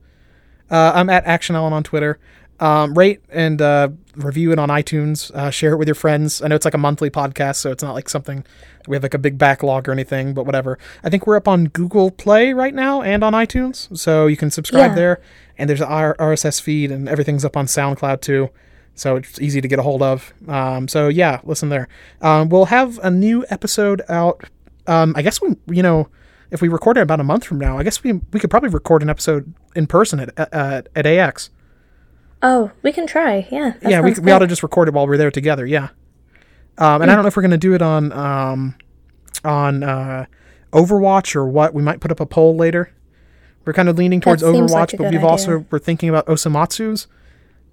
Uh, I'm at Action Allen on Twitter. Um, rate and uh, review it on iTunes. Uh, share it with your friends. I know it's like a monthly podcast, so it's not like something we have like a big backlog or anything, but whatever. I think we're up on Google Play right now and on iTunes, so you can subscribe Yeah. there. And there's our RSS feed, and everything's up on SoundCloud too, so it's easy to get a hold of. Um, so yeah, listen there. Um, we'll have a new episode out um, I guess we, you know, if we record it about a month from now, I guess we we could probably record an episode in person at uh, at AX. Oh, we can try. Yeah. that yeah, we, sounds Hmm. we ought to good. just record it while we're there together. Yeah. Um, and I don't know if we're gonna do it on um, on uh, Overwatch or what. We might put up a poll later. We're kind of leaning towards seems Overwatch, like a but good we've idea. also we're thinking about Osamatsu's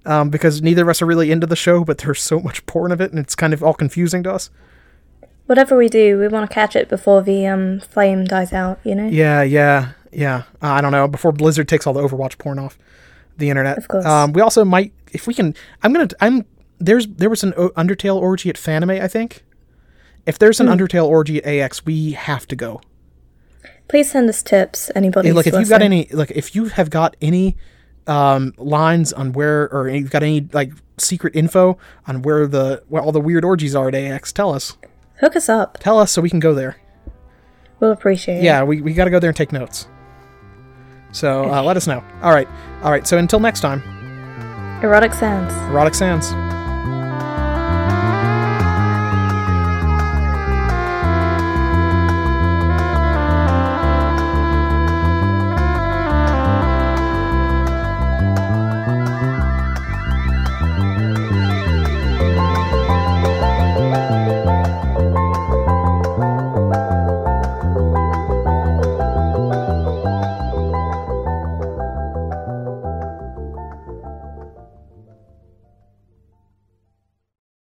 um, because neither of us are really into the show, but there's so much porn of it, and it's kind of all confusing to us. Whatever we do, we want to catch it before the um flame dies out. You know. Yeah, yeah, yeah. Uh, I don't know. Before Blizzard takes all the Overwatch porn off the internet, of course. Um, we also might, if we can. I'm gonna. I'm there's there was an o- Undertale orgy at Fanime, I think. If there's Hmm. an Undertale orgy at AX, we have to go. Please send us tips. Anybody? Hey, look, who's if you've got listening. any, look, if you have got any um, lines on where, or you've got any like secret info on where the where all the weird orgies are at AX, tell us. hook us up. Tell us so we can go there. We'll appreciate it. yeah we, we got to go there and take notes so uh, let us know all right all right so until next time Erotic sounds. erotic sands